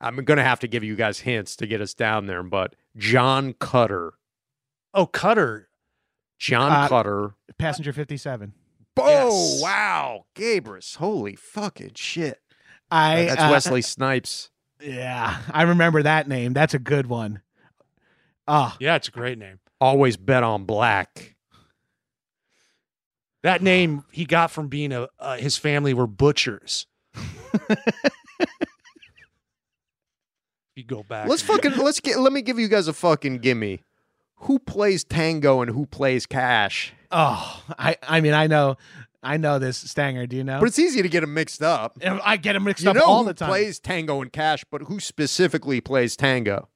I'm going to have to give you guys hints to get us down there, but John Cutter. Oh, Cutter. John Uh, Cutter. Passenger 57. Oh, yes. wow. Gabrus. Holy fucking shit. I That's uh, Wesley Snipes. Yeah, I remember that name. That's a good one. Ah, Yeah, it's a great name. Always bet on black. That name he got from being a uh, his family were butchers. you go back. Let's and- fucking let's get let me give you guys a fucking gimme. Who plays tango and who plays cash? oh, I I mean I know I know this Stanger. Do you know? But it's easy to get them mixed up. I get him mixed You up know all who the time. plays tango and cash, but who specifically plays tango?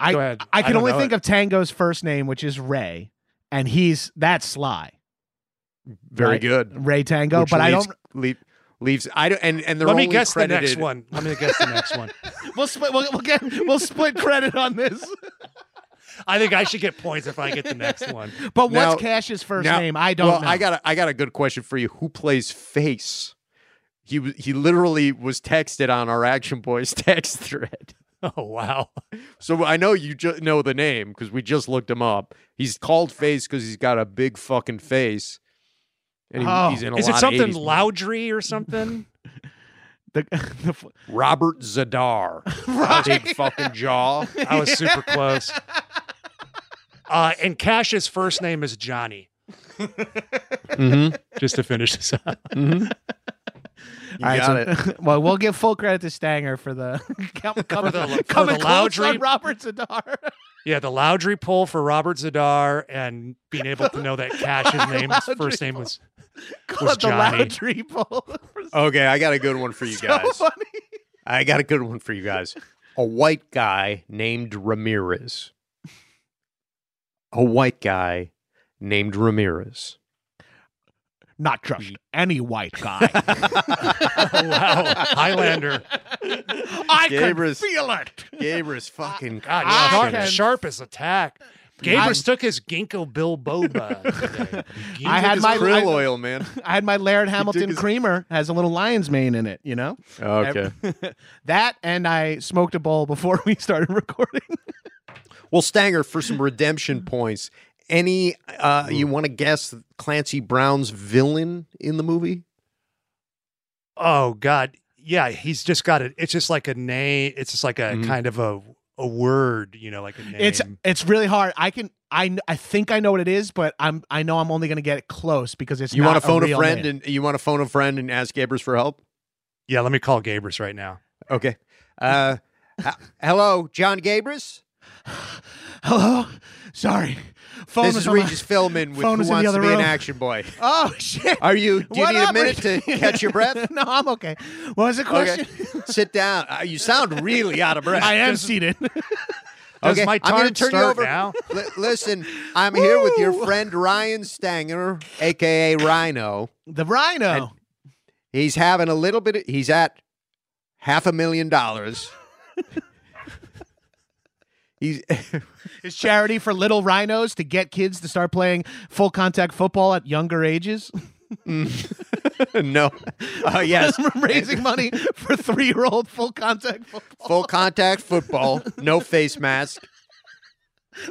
I Go ahead. I can don't only know think it. of Tango's first name, which is Ray, and he's that's Sly. Very right? good. Ray Tango. Which but I leaves- don't. leave, leaves. I don't. And and they're Let me only guess credited, the next one. Let me guess the next one. We'll split. We'll, we'll get. We'll split credit on this. I think I should get points if I get the next one. But Now- what's Cash's first Now- name? I don't well, know. I got a, I got a good question for you. Who plays face? He w- he literally was texted on our Action Boys text thread. Oh wow. So I know you ju- know the name because we just looked him up. He's called Face because he's got a big fucking face, and he- Oh. he's in a Is lot it something of 80s movies. Loudry or something? the, the f- Robert Zadar, big fucking jaw. I was super close. Uh, and Cash's first name is Johnny. Mhm. Just to finish this up. You all right, got it. so- well, we'll give full credit to Stanger for the come, coming, the- for coming the close on Loudry- Robert Zadar. Yeah, the Loudry pull for Robert Zadar and being able to know that Cash's name Loudry first name was Call Was it the Johnny. loud triple. Okay, I got a good one for you so guys. funny. I got a good one for you guys. A white guy named Ramirez. A white guy named Ramirez. Not trust any white guy. oh, wow Highlander. I Gabrus. can feel it. Gabrus Ah, fucking God, I sharp, can- sharp as attack. Gabrus took his Ginkgo Bilboba. today. I had Ginkgo- my- krill I- oil, man. I had my Laird Hamilton his- creamer has a little lion's mane in it. You know. Okay. that and I smoked a bowl before we started recording. Well, Stanger, for some redemption points, any uh you want to guess Clancy Brown's villain in the movie? Oh God, yeah, he's just got it. It's just like a name. It's just like a Mhm. kind of a a word, you know, like a name. It's it's really hard. I can I kn- I think I know what it is, but I'm I know I'm only going to get it close because it's You not want to phone a, real friend name. and you want to phone a friend and ask Gabrus for help? yeah. Let me call Gabrus right now. Okay. Uh h- hello, John Gabrus? Hello, sorry, phone This was is on my- Regis Philbin with phone Who was in the Wants to other Be an room. Action Boy. Oh shit! Are you? Do you What need up, a minute to Regis? catch your breath? no, I'm okay. What was the question? Sit down. Uh, you sound really out of breath. I am seated. Does Okay, my I'm gonna time turn you start over. now? Li- listen, I'm here with your Woo! friend Ryan Stanger, aka Rhino. the rhino. He's having a little bit. Of, he's at half a million dollars. He's His charity for little rhinos to get kids to start playing full contact football at younger ages, no, uh, yes, raising money for three year old full contact football. full contact football, no face mask.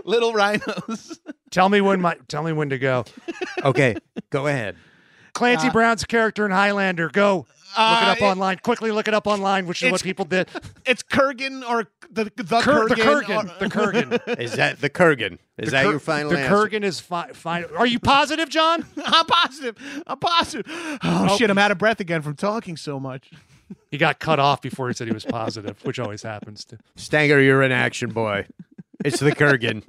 Little rhinos. Tell me when my tell me when to go. Okay, go ahead. Clancy Uh, Brown's character in Highlander. Go look it Uh, up it- online quickly. Look it up online, which is It's- what people did. It's Kurgan or the the Kur- Kurgan. the or- Kurgan, the Kurgan. Is that the Kurgan? uh, Is that Kur- your final The answer? Kurgan is fi- fine. Are you positive, John? I'm positive. I'm positive. Oh, shit, I'm out of breath again from talking so much. He got cut off before he said he was positive, which always happens to. Stanger, you're an action boy. It's the Kurgan.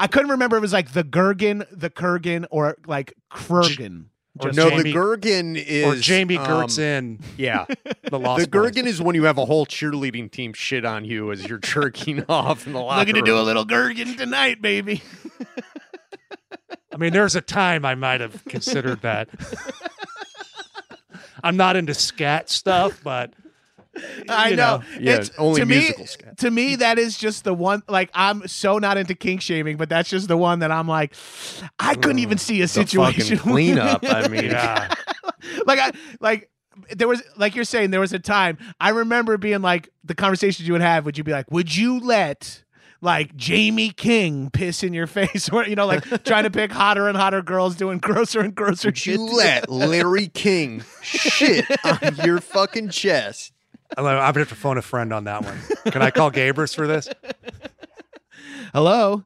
I couldn't remember if it was like the Gurgan, the Kurgan, or like Kurgan. Or no, Jamie, the Gurgan is or Jamie um, Gertzen, yeah, the lost. the Boys. Gurgan is when you have a whole cheerleading team shit on you as you're jerking off in the locker Looking to do a room. little Gurgan tonight, baby. I mean, there's a time I might have considered that. I'm not into scat stuff, but I you know. know. Yeah, It's only to me, musical scat. To me, that is just the one. Like, I'm so not into kink shaming, but that's just the one that I'm like, I couldn't even see a The situation. fucking cleanup. I mean, Yeah. like, I like there was like you're saying there was a time I remember being like the conversations you would have. Would you be like, would you let? Like Jamie King piss in your face, or you know, like trying to pick hotter and hotter girls doing grosser and grosser shit. you let Larry King shit on your fucking chest. I'm gonna I'm gonna have to phone a friend on that one. Can I call Gabers for this? Hello,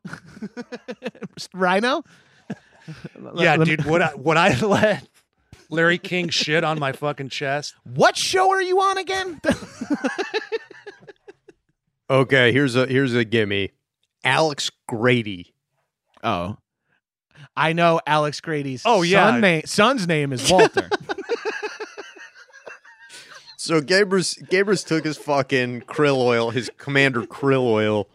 Rhino. yeah, Let me- dude. Would I would I let Larry King shit on my fucking chest? What show are you on again? Okay, here's a here's a gimme. Alex Grady. Oh. I know Alex Grady's Oh, yeah. son na- son's name is Walter. So Gabrus Gabrus took his fucking krill oil, his Commander krill oil,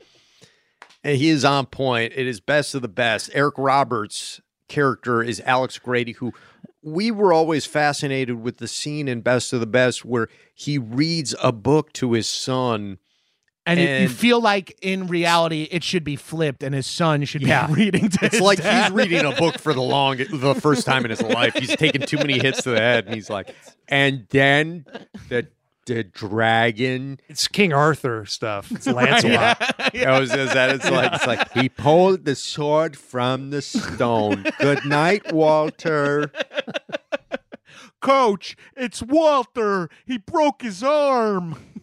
and he is on point. It is best of the best. Eric Roberts' character is Alex Grady, who we were always fascinated with the scene in Best of the Best where he reads a book to his son. and you- you And- feel like in reality it should be flipped and his son should Yeah. be reading to It's his like dad. he's reading a book for the long, the first time in his life. He's taken too many hits to the head, and he's like, and then the the dragon It's King Arthur stuff. It's Lancelot. I was just that it's like it's like he pulled the sword from the stone. Good night, Walter. Coach, it's Walter. He broke his arm.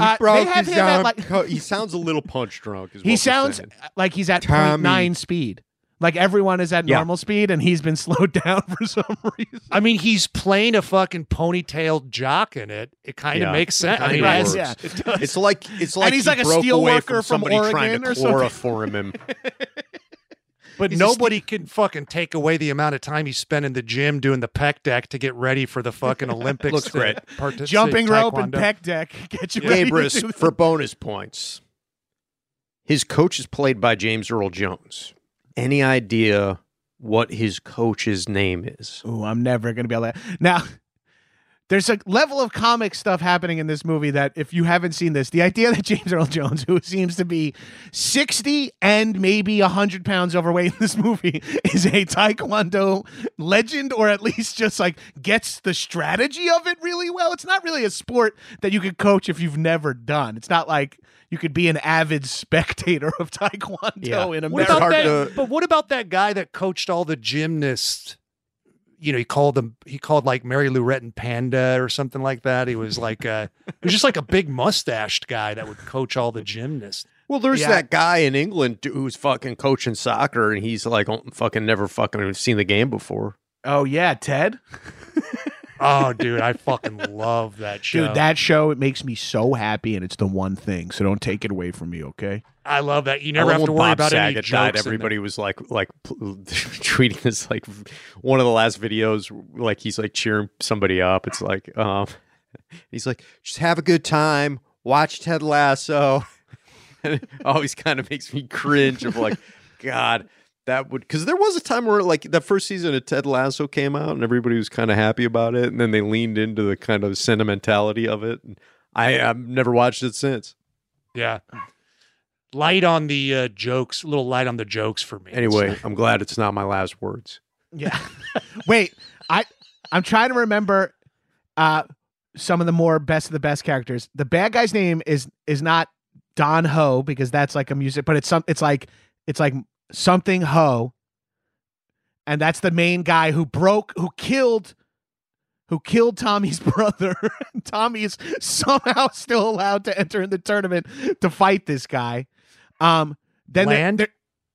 Uh, they have him at, like- Co- he sounds a little punch drunk. Is what he we're sounds saying. like he's at Tommy. 0.9 speed. Like everyone is at Yeah. normal speed and he's been slowed down for some reason. I mean, he's playing a fucking ponytailed jock in it. It kind of Yeah. makes sense. I Kinda mean, Right, it's- yeah. It does. It's like it's like he's he like a broke steel away worker from from somebody trying Oregon to or something. chloroform him. but He's a nobody can fucking take away the amount of time he spent in the gym doing the pec deck to get ready for the fucking Olympics. Looks to great. partic- Jumping rope and taekwondo. peck deck. Get you ready to do Gabrus this. for bonus points. His coach is played by James Earl Jones. Any idea what his coach's name is? Ooh, I'm never gonna be able to. Now, there's a level of comic stuff happening in this movie that if you haven't seen this, the idea that James Earl Jones, who seems to be 60 and maybe 100 pounds overweight in this movie, is a taekwondo legend, or at least just like gets the strategy of it really well. It's not really a sport that you could coach if you've never done. It's not like you could be an avid spectator of taekwondo Yeah. in What America. about hard that? to- But what about that guy that coached all the gymnasts? You know, he called them. He called like Mary Lou Retton Panda or something like that. He was like, uh, he was just like a big mustached guy that would coach all the gymnasts. Well, there's Yeah. that guy in England dude, who's fucking coaching soccer, and he's like, oh, fucking never fucking seen the game before. oh yeah, Ted. Oh, dude, I fucking love that show. Dude, that show it makes me so happy, and it's the one thing. So don't take it away from me, okay? I love that. You never I love have to when worry Bob about any Saget jokes. died. in there. Everybody was like, like p- tweeting this like one of the last videos. Like he's like cheering somebody up. It's like, um, he's like, just have a good time. Watch Ted Lasso. and it always kind of makes me cringe. Of like, God, that would because there was a time where like the first season of Ted Lasso came out and everybody was kind of happy about it, and then they leaned into the kind of sentimentality of it. And I I've never watched it since. Yeah. Light on the uh, jokes, a little light on the jokes for me. Anyway, I'm glad it's not my last words. Yeah. Wait, I I'm trying to remember uh some of the more best of the best characters. The bad guy's name is is not Don Ho because that's like a music, but it's some it's like it's like something Ho, and that's the main guy who broke who killed. Who killed Tommy's brother? Tommy is somehow still allowed to enter in the tournament to fight this guy. Um, then there- Land? there-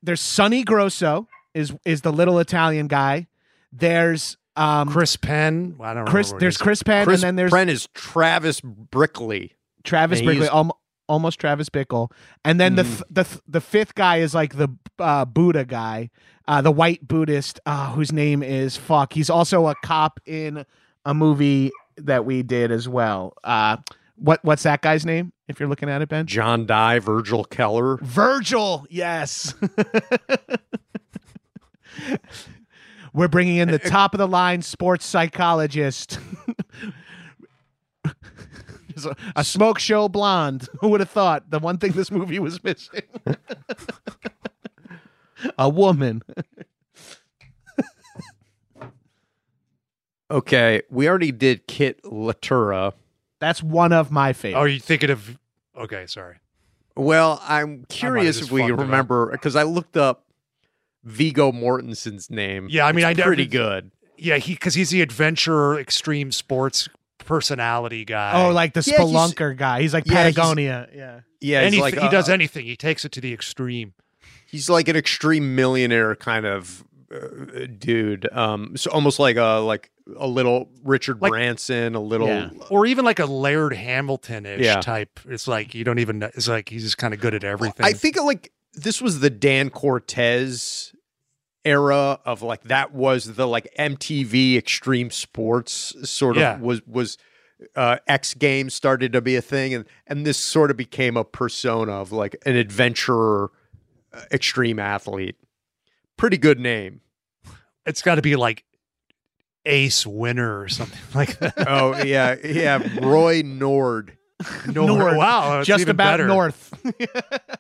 there's Sonny Grosso is is the little Italian guy. There's um, Chris. Chris Penn. I don't know. there's Chris Penn, Chris and then there's Bren is Travis Brickley. Travis And he's- Bickle, alm almost Travis Bickle, and then the th- the th- the fifth guy is like the uh, Buddha guy, uh, the white Buddhist uh, whose name is fuck. He's also a cop in a movie that we did as well. Uh, what what's that guy's name? If you're looking at it, Ben John Dye, Virgil Keller. Virgil. Yes. We're bringing in the top of the line sports psychologist. is a, a smoke show blonde. Who would have thought the one thing this movie was missing? a woman. Okay, we already did Kit Latura. That's one of my Oh, are favorites. you thinking of? Okay, sorry. Well, I'm curious just if we fucked it up. remember because I looked up Vigo Mortensen's name. Yeah, I mean, Mm. It's I never- pretty good. Yeah, he because he's the adventurer, extreme sports personality guy. oh, like the Yeah, he's- spelunker guy. He's like Yeah, he's- Patagonia. yeah. Yeah, he's Anything- like uh, he a- does anything. He takes it to the extreme. He's like an extreme millionaire kind of uh, dude. Um, so almost like a like a little Richard Like- Branson, a little. Yeah. or even like a Laird Hamilton ish Yeah. type. It's like you don't even. know. It's like he's just kind of good at everything. I think like this was the Dan Cortez era of like that was the like MTV extreme sports sort of Yeah. was was uh X Games started to be a thing and and this sort of became a persona of like an adventurer uh, extreme athlete. Pretty good name. it's got to be like Ace Winner or something like that. Oh yeah, yeah, Roy Nord. Nord. Oh, Wow, it's Just even about better. north.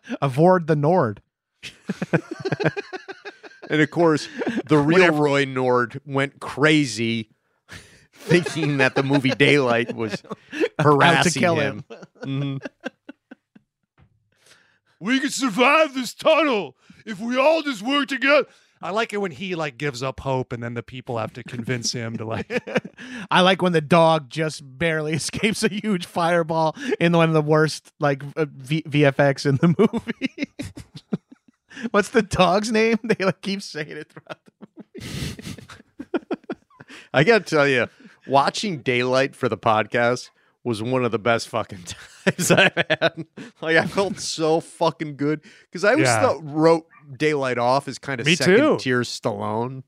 Avoid the Nord. And of course, the real Roy Nord went crazy thinking that the movie Daylight was harassing kill him. Mhm. We can survive this tunnel if we all just work together. I like it when he like gives up hope, and then the people have to convince him to like. I like when the dog just barely escapes a huge fireball in one of the worst like uh, v- VFX in the movie. What's the dog's name? They like keep saying it throughout. The- I got to tell you, watching Daylight for the podcast was one of the best fucking times I've had. Like I felt so fucking good because I always Yeah. thought, wrote Daylight off as kind of Me too. second tier Stallone.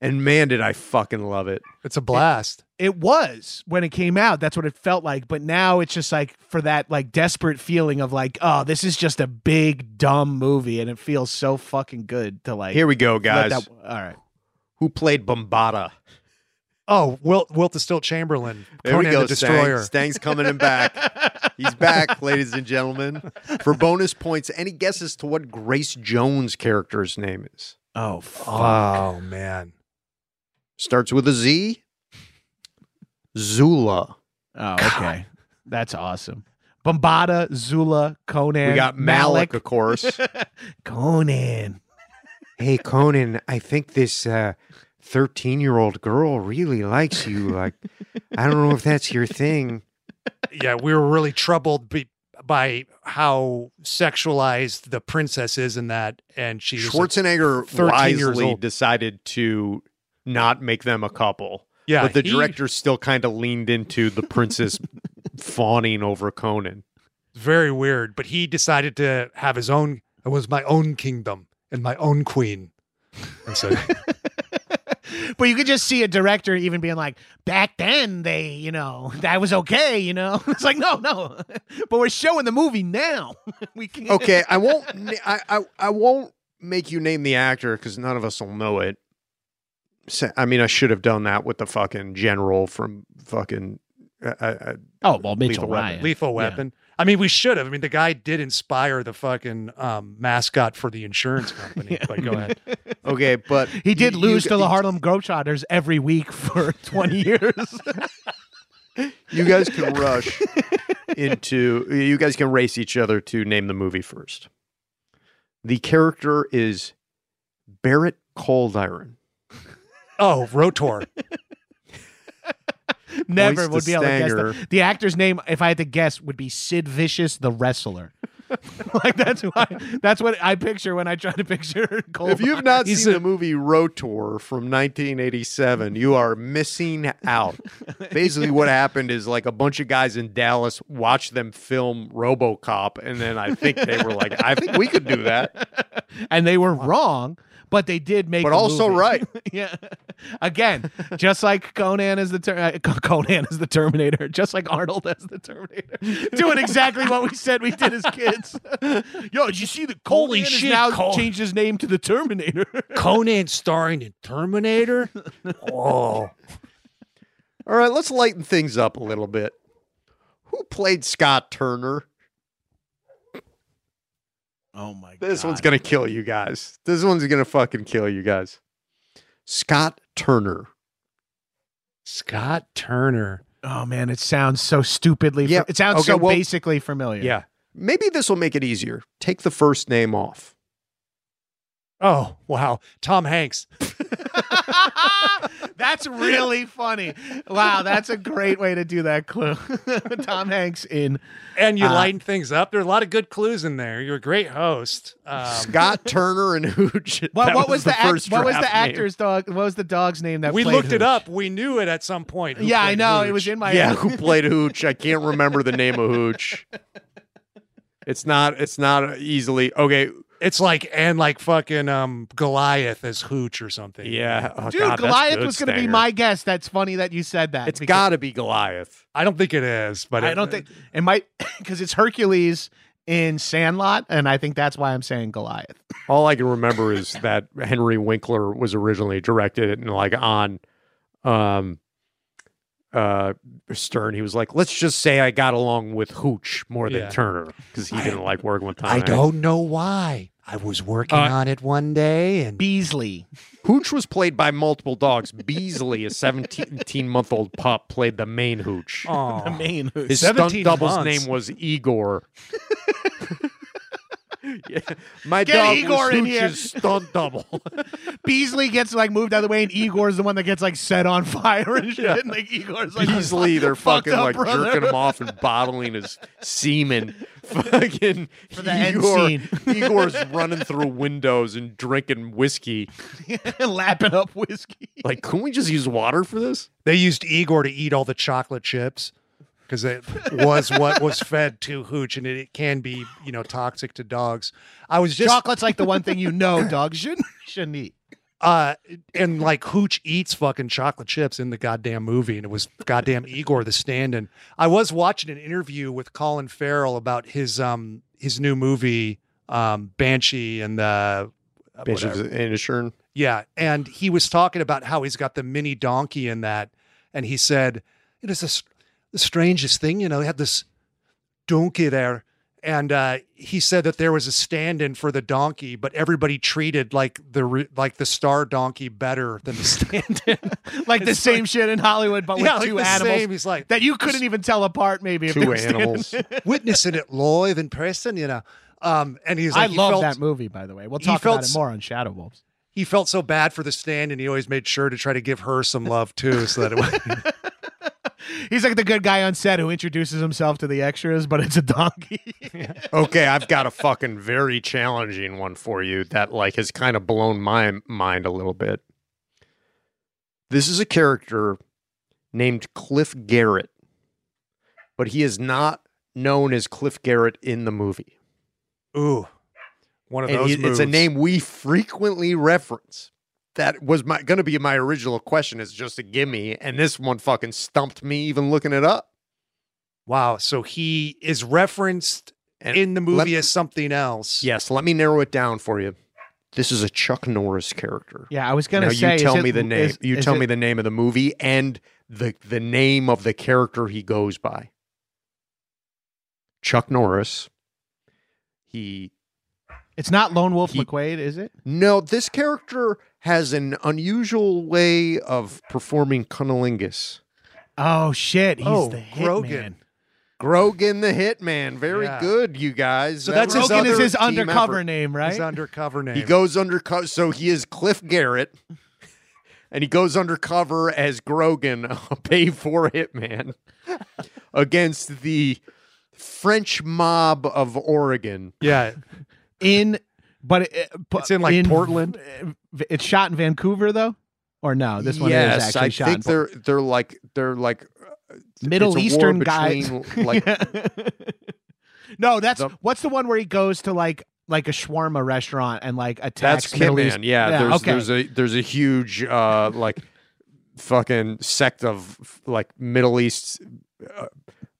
And man, did I fucking love it. It's a blast. it was when it came out. That's what it felt like. But now it's just like for that like desperate feeling of like, oh, this is just a big dumb movie, and it feels so fucking good to like. Here we go, let guys. that- all right. Who played Bombada? Oh, Wilt Wilt the Stilt Chamberlain, Conan the Destroyer. Stang. Stang's coming in back. He's back, ladies and gentlemen. For bonus points, any guesses to what Grace Jones' character's name is? Oh, fuck. Oh man, Starts with a Z. Zula. oh, okay, that's awesome. Bombada, Zula, Conan. We got Malik, Malik. of course. Conan. hey, Conan, I think this uh, thirteen-year-old girl really likes you. Like, I don't know if that's your thing. yeah, we were really troubled be- by how sexualized the princess is in that, and she was like, Schwarzenegger 13 years wisely old. decided to not make them a couple. yeah, but the he- director still kind of leaned into the princess fawning over Conan. very weird. But he decided to have his own. It was my own kingdom and my own queen. And so, but you could just see a director even being like, back then they, you know, that was okay, you know. It's like, no, no. But we're showing the movie now. we can't. Okay, I won't. na- I I, I won't make you name the actor because none of us will know it. Sa- I mean, I should have done that with the fucking general from fucking. I, I, I- Oh well, Mitchell Lethal Weapon. Ryan. Lethal Weapon. I mean, we should have. I mean, the guy did inspire the fucking um, mascot for the insurance company. But go ahead. okay, but He did you- you lose g- to the Harlem Globetrotters every week for 20 years. You guys can rush into. You guys can race each other to name the movie first. The character is Barrett Coldiron. Oh, Rotor. Never Hoist would the be able to guess Stanger. that. The actor's name, if I had to guess, would be Sid Vicious, the wrestler. like that's who I, that's what I picture when I try to picture. Cole If you've not He's seen a- the movie Rotor from 1987, you are missing out. Basically, what happened is like a bunch of guys in Dallas watched them film RoboCop, and then I think they were like, "I think we could do that," and they were wrong, but they did make. but the also movie. right. yeah. Again, just like Conan is the ter- uh, Co- Conan is the Terminator, just like Arnold as the Terminator, doing exactly what we said we did as kids. Yo, did you see the Holy Conan has shit, now Conan. changed his name to the Terminator? Conan starring in Terminator. Oh, All right, let's lighten things up a little bit. Who Who played Scott Turner? Oh my god. This one's gonna kill you guys. This one's gonna fucking kill you guys. Scott Turner. Scott Turner. Oh man, it sounds so stupidly. Yeah, Yeah. it sounds okay, so well- basically familiar. Maybe this will make it easier. Take the first name off. Oh wow, Tom Hanks. that's really funny. Wow, that's a great way to do that clue. Tom Hanks in And you Uh, lighten things up. There are a lot of good clues in there. You're a great host. Um, Scott Turner and Hooch. what, That what was the, act- first what was draft the name. actor's dog? What was the dog's name that we played looked it Hooch? up. We knew it at some point. who Yeah, I played know it Hooch. was in my yeah, who played Hooch? I can't remember the name of Hooch. It's not. It's not easily okay. It's like and like fucking um Goliath as Hooch or something. Yeah, oh, Dude, God, that's Goliath good, was going to be Stanger. my guess. That's funny that you said that. It's because- got to be Goliath. I don't think it is, but I it- don't think it might because it's Hercules in Sandlot, and I think that's why I'm saying Goliath. All I can remember is that Henry Winkler was originally directed it and like on um uh Stern he was like let's just say I got along with Hooch more than Yeah. Turner cuz he I- didn't like working with Tom. I Hanks. don't know why. I was working Uh, on it one day and Beasley. Hooch was played by multiple dogs. Beasley, a 17-month-old pup played the main Hooch. Aw. The main who's His stunt 17 double's months. name was Igor. Yeah, My Get dog Igor was in here. Hooch's stunt double. Beasley gets like moved out of the way, and Igor's the one that gets like set on fire and shit. And like Igor's like Beasley, they're fucked fucking up, like brother. jerking him off and bottling his semen. Fucking For the end scene. Igor's running through windows and drinking whiskey. lapping up whiskey. Like, can we just use water for this? They used Igor to eat all the chocolate chips because it was what was fed to Hooch, and it, it can be, you know, toxic to dogs. I was just, Chocolate's like the one thing you know dogs shouldn't shouldn't eat. uh, and like Hooch eats fucking chocolate chips in the goddamn movie, and it was goddamn Igor the stand-in. I was watching an interview with Colin Farrell about his um his new movie, um Banshee and the uh, whatever. Insurance. Yeah. And he was talking about how he's got the mini donkey in that. And he said, it is the, s- the strangest thing, you know, he had this donkey there. And uh, he said that there was a stand-in for the donkey, but everybody treated like the re- like the star donkey better than the stand-in. Like the same shit in Hollywood, but with yeah, like two the animals same. He's like, that you couldn't even tell apart. Maybe if they Two were standing- animals. witnessing it live in person, you know. Um, and he's I like, he love felt- that movie, by the way. We'll he talk felt about it s- more on Shadow Wolves. he felt so bad for the stand, and he always made sure to try to give her some love too, so that it was He's like the good guy on set who introduces himself to the extras, but it's a donkey. Okay, I've got a fucking very challenging one for you that like has kind of blown my mind a little bit. This is a character named Cliff Garrett, but he is not known as Cliff Garrett in the movie. Ooh, one of And those. he- it's a moves. name we frequently reference. That was my going to be my original question. It's just a gimme, and this one fucking stumped me even looking it up. Wow. So he is referenced And in the movie let- as something else. yes, let me narrow it down for you. This is a Chuck Norris character. Yeah, I was gonna now say. you is tell it- me the name. is- you is tell it- me the name of the movie and the the name of the character he goes by. Chuck Norris. He It's not Lone Wolf He- McQuade, is it? No, this character has an unusual way of performing cunnilingus. Oh shit, he's Oh, the hitman. Grogan. Grogan the Hitman, very Yeah. good, you guys. So That that's was his Grogan is another his team undercover effort. name, right? His undercover name. He goes undercover, so he is Cliff Garrett, and he goes undercover as Grogan, a paid-for hitman, against the French mob of Oregon. yeah. in, but it, it- but It's in, like, Portland? v- It's shot in Vancouver though, or no? This one yes, is actually I shot. think in they're they're like they're like Middle it's a war Eastern guy. between, like no, that's The- what's the one where he goes to like like a shawarma restaurant and like attacks That's Middle East- Hitman. Yeah, there's okay. there's a there's a huge uh like fucking sect of f- like Middle East uh,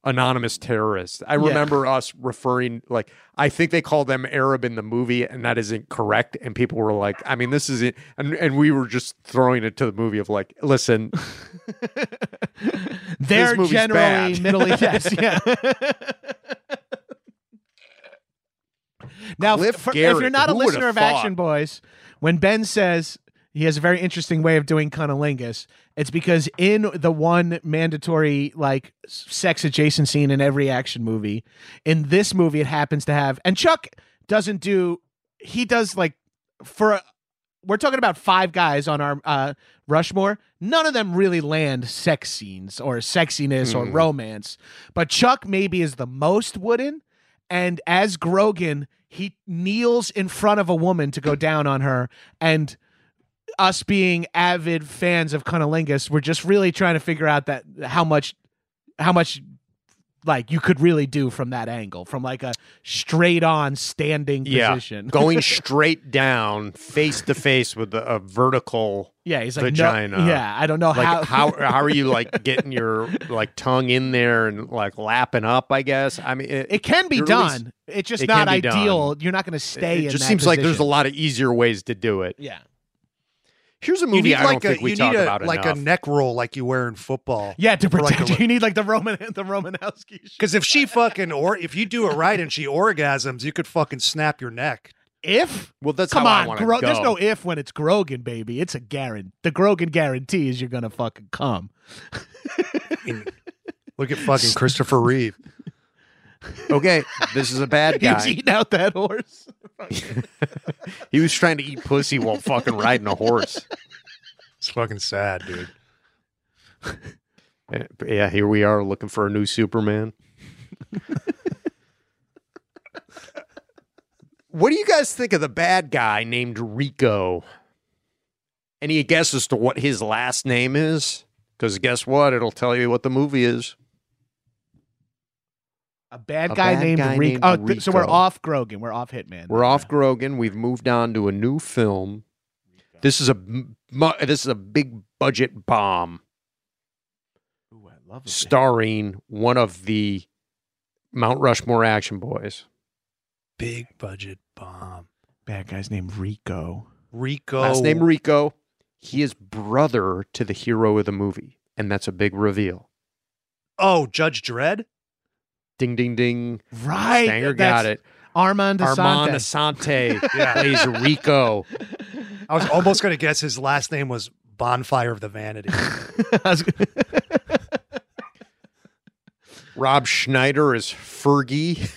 anonymous terrorists. I Yeah. remember us referring like I think they called them Arab in the movie and that isn't correct and people were like, I mean this is it and and we were just throwing it to the movie of like, listen, They're movie's generally bad. Middle East. Yes, yeah. now, Cliff f- for- if Garrett, you're not a who would've listener of thought? Action Boys, when Ben says he has a very interesting way of doing cunnilingus, it's because in the one mandatory like s- sex adjacent scene in every action movie, in this movie it happens to have, and Chuck doesn't do. He does like for a- we're talking about five guys on our uh, Rushmore. None of them really land sex scenes or sexiness or Hmm. romance, but Chuck maybe is the most wooden. And as Grogan, he kneels in front of a woman to go down on her. And us being avid fans of Cunnilingus, we're just really trying to figure out that how much, how much, like you could really do from that angle, from like a straight on standing Yeah. position. going straight down, face to face with a, a vertical. Yeah, he's like no- Vagina. yeah, I don't know Like how. how, how are you like getting your like tongue in there and like lapping up? I guess I mean it can be you're really done. it's just it not can be ideal. You're not going to stay. It, in just that seems like there's a position. lot of easier ways to do it. Yeah, Here's a You movie need I like don't a think we you talk need a about like a enough. neck roll like you wear in football. yeah. To For like protect, a you need like the Roman, the Romanowski. shit. Because if she fucking or if you do it right and she orgasms, you could fucking snap your neck. If well, that's come how I on, want to Gro- go. there's no if when it's Grogan, baby. It's a guarantee. The Grogan guarantee is you're going to fucking come. Look at fucking Christopher Reeve. okay, this is a bad He's guy. eating out that horse. he was trying to eat pussy while fucking riding a horse. It's fucking sad, dude. Uh, Yeah, here we are looking for a new Superman. what do you guys think of the bad guy named Rico? Any guess as to what his last name is? Because guess what? It'll tell you what the movie is. A bad A guy bad named guy Rico. named oh, th- so we're Rico. off Grogan. We're off Hitman. We're off Grogan. We've moved on to a new film. This is a m- mu- this is a big budget bomb Ooh, I love it. starring one of the Mount Rushmore action boys. Big budget bomb. Bad guy's named Rico. Rico. Last name Rico. He is brother to the hero of the movie, and that's a big reveal. Oh, Judge Dredd. Ding, ding, ding. Right, Stanger got that's it. Armand Armand Asante. Asante Yeah, plays Rico. I was almost gonna guess his last name was Bonfire of the Vanity. I was- Rob Schneider is Fergie.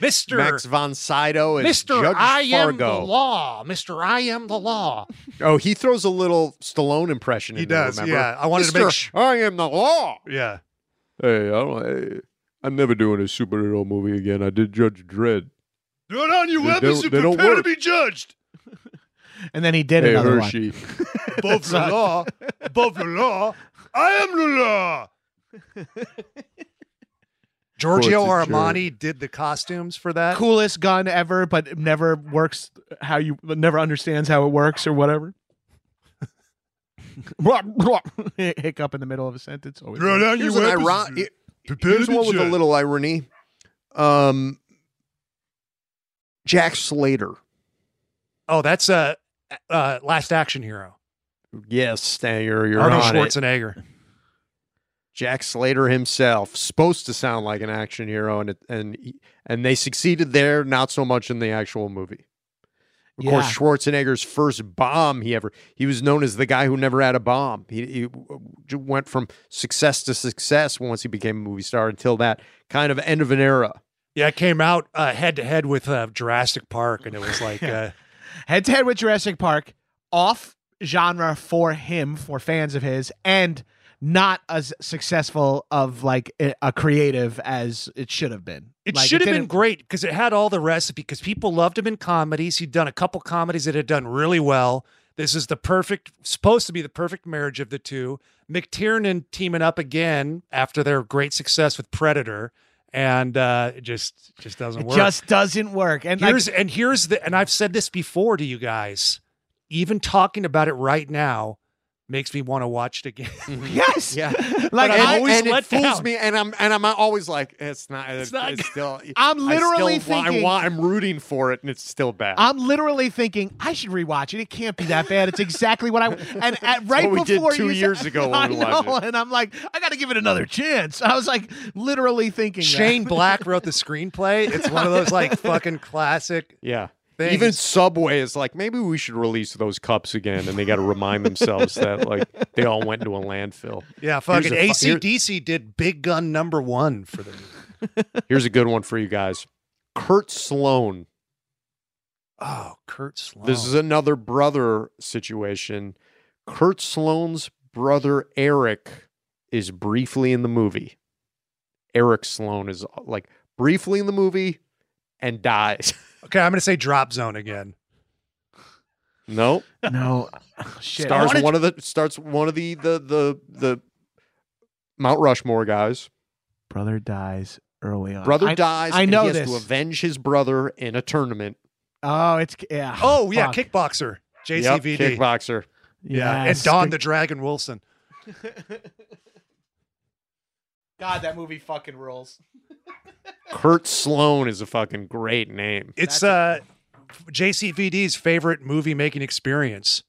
Mister Max von Sydow is Mister Judge I am the Fargo. law. Mister I am the law. Oh, he throws a little Stallone impression. in there, remember? I wanted to Mister, make. Sh- I am the law. yeah. Hey, I don't. Hey, I'm never doing a superhero movie again. I did Judge Dredd. Put on your They weapons don't- and they don't prepare to work. be judged. and then he did another one. Above the law. Above the law. I am the law. Giorgio Court's a Armani did the costumes for that. coolest gun ever, but never works how you never understands how it works or whatever. Hiccup in the middle of a sentence. Always on Here's, an iron- here's one with a little irony. Um, Jack Slater. Oh, that's uh, uh, Last Action Hero. Yes, Stanger, you're Arnold on it. Schwarzenegger. Jack Slater himself, supposed to sound like an action hero, and it, and he- and they succeeded there. Not so much in the actual movie. Of course, Yeah. Schwarzenegger's first bomb he ever he was known as the guy who never had a bomb. He, he w- went from success to success once he became a movie star until that kind of end of an era. Yeah, it came out uh, head to head with uh, Jurassic Park, and it was like, uh, head to head with Jurassic Park, off genre for him, for fans of his, and not as successful of like a a creative as it should have been. It Like, should have been didn't- great because it had all the recipe because people loved him in comedies. He'd done a couple comedies that had done really well. This is the perfect, supposed to be the perfect marriage of the two. McTiernan teaming up again after their great success with Predator, and uh, it just just doesn't It work. just doesn't work. And like, here's and here's the and I've said this before to you guys, even talking about it right now. makes me want to watch it again. Mm-hmm. Yes. Yeah. Like I'm and, I, always and let it fools down. me, and I'm and I'm always like, it's not. It's, not it's good. still. I'm I still literally wa- I thinking- wa- I'm rooting for it, and it's still bad. I'm literally thinking I should rewatch it. It can't be that bad. It's exactly what I and at, right what we did before two you said- years ago when I we watched know, and I'm like, I got to give it another chance. I was like, literally thinking that. Shane Black wrote the screenplay. It's one of those like fucking classic. yeah. Things. Even Subway is like, maybe we should release those cups again, and they got to remind themselves that like they all went into a landfill. Yeah, Here's fucking a fu- here- ACDC did Big Gun number one for the movie. Here's a good one for you guys. Kurt Sloan. Oh, Kurt Sloan. This is another brother situation. Kurt Sloan's brother Eric is briefly in the movie. Eric Sloan is like briefly in the movie and dies. okay, I'm going to say Drop Zone again. no. No, Oh, shit. Stars Why did one of the starts one of the the the the Mount Rushmore guys. brother dies early on. Brother Uh, I- dies. I and know he has this. to avenge his brother in a tournament. Oh, it's yeah. Oh, yeah, Fuck. Kickboxer. Yep, JCVD. kickboxer. yeah, Yes. and Don the Dragon Wilson. God, that movie fucking rules. Kurt Sloan is a fucking great name. It's uh, JCVD's favorite movie making experience.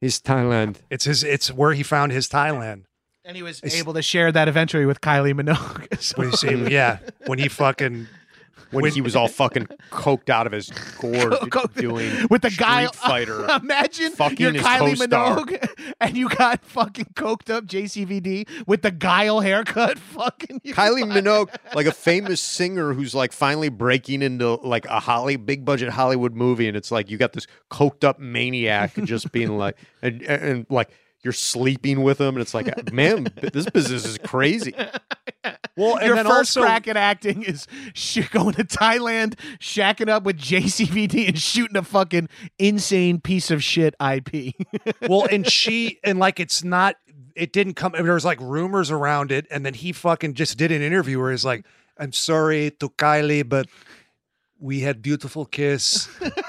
He's Thailand. It's his. It's where he found his Thailand. And he was It's- able to share that eventually with Kylie Minogue. So- When you see, yeah, when he fucking when, When- he was all fucking coked out of his gourd Coke- doing with the Street guy Fighter. Imagine Fucking you're his Kylie co-star. Minogue and you got fucking coked up JCVD with the guile haircut. Fucking you. Kylie Minogue, like a famous singer who's like finally breaking into like a Holly big budget Hollywood movie, and it's like you got this coked up maniac just being like, and, and, and, like you're sleeping with him, and it's like, man, this business is crazy. well, Your then first also- crack at acting is sh- going to Thailand, shacking up with JCVD, and shooting a fucking insane piece of shit IP. well, and she and like it's not. It didn't come. I mean, there was like rumors around it, and then he fucking just did an interview where he's like, "I'm sorry to Kylie, but we had beautiful kiss."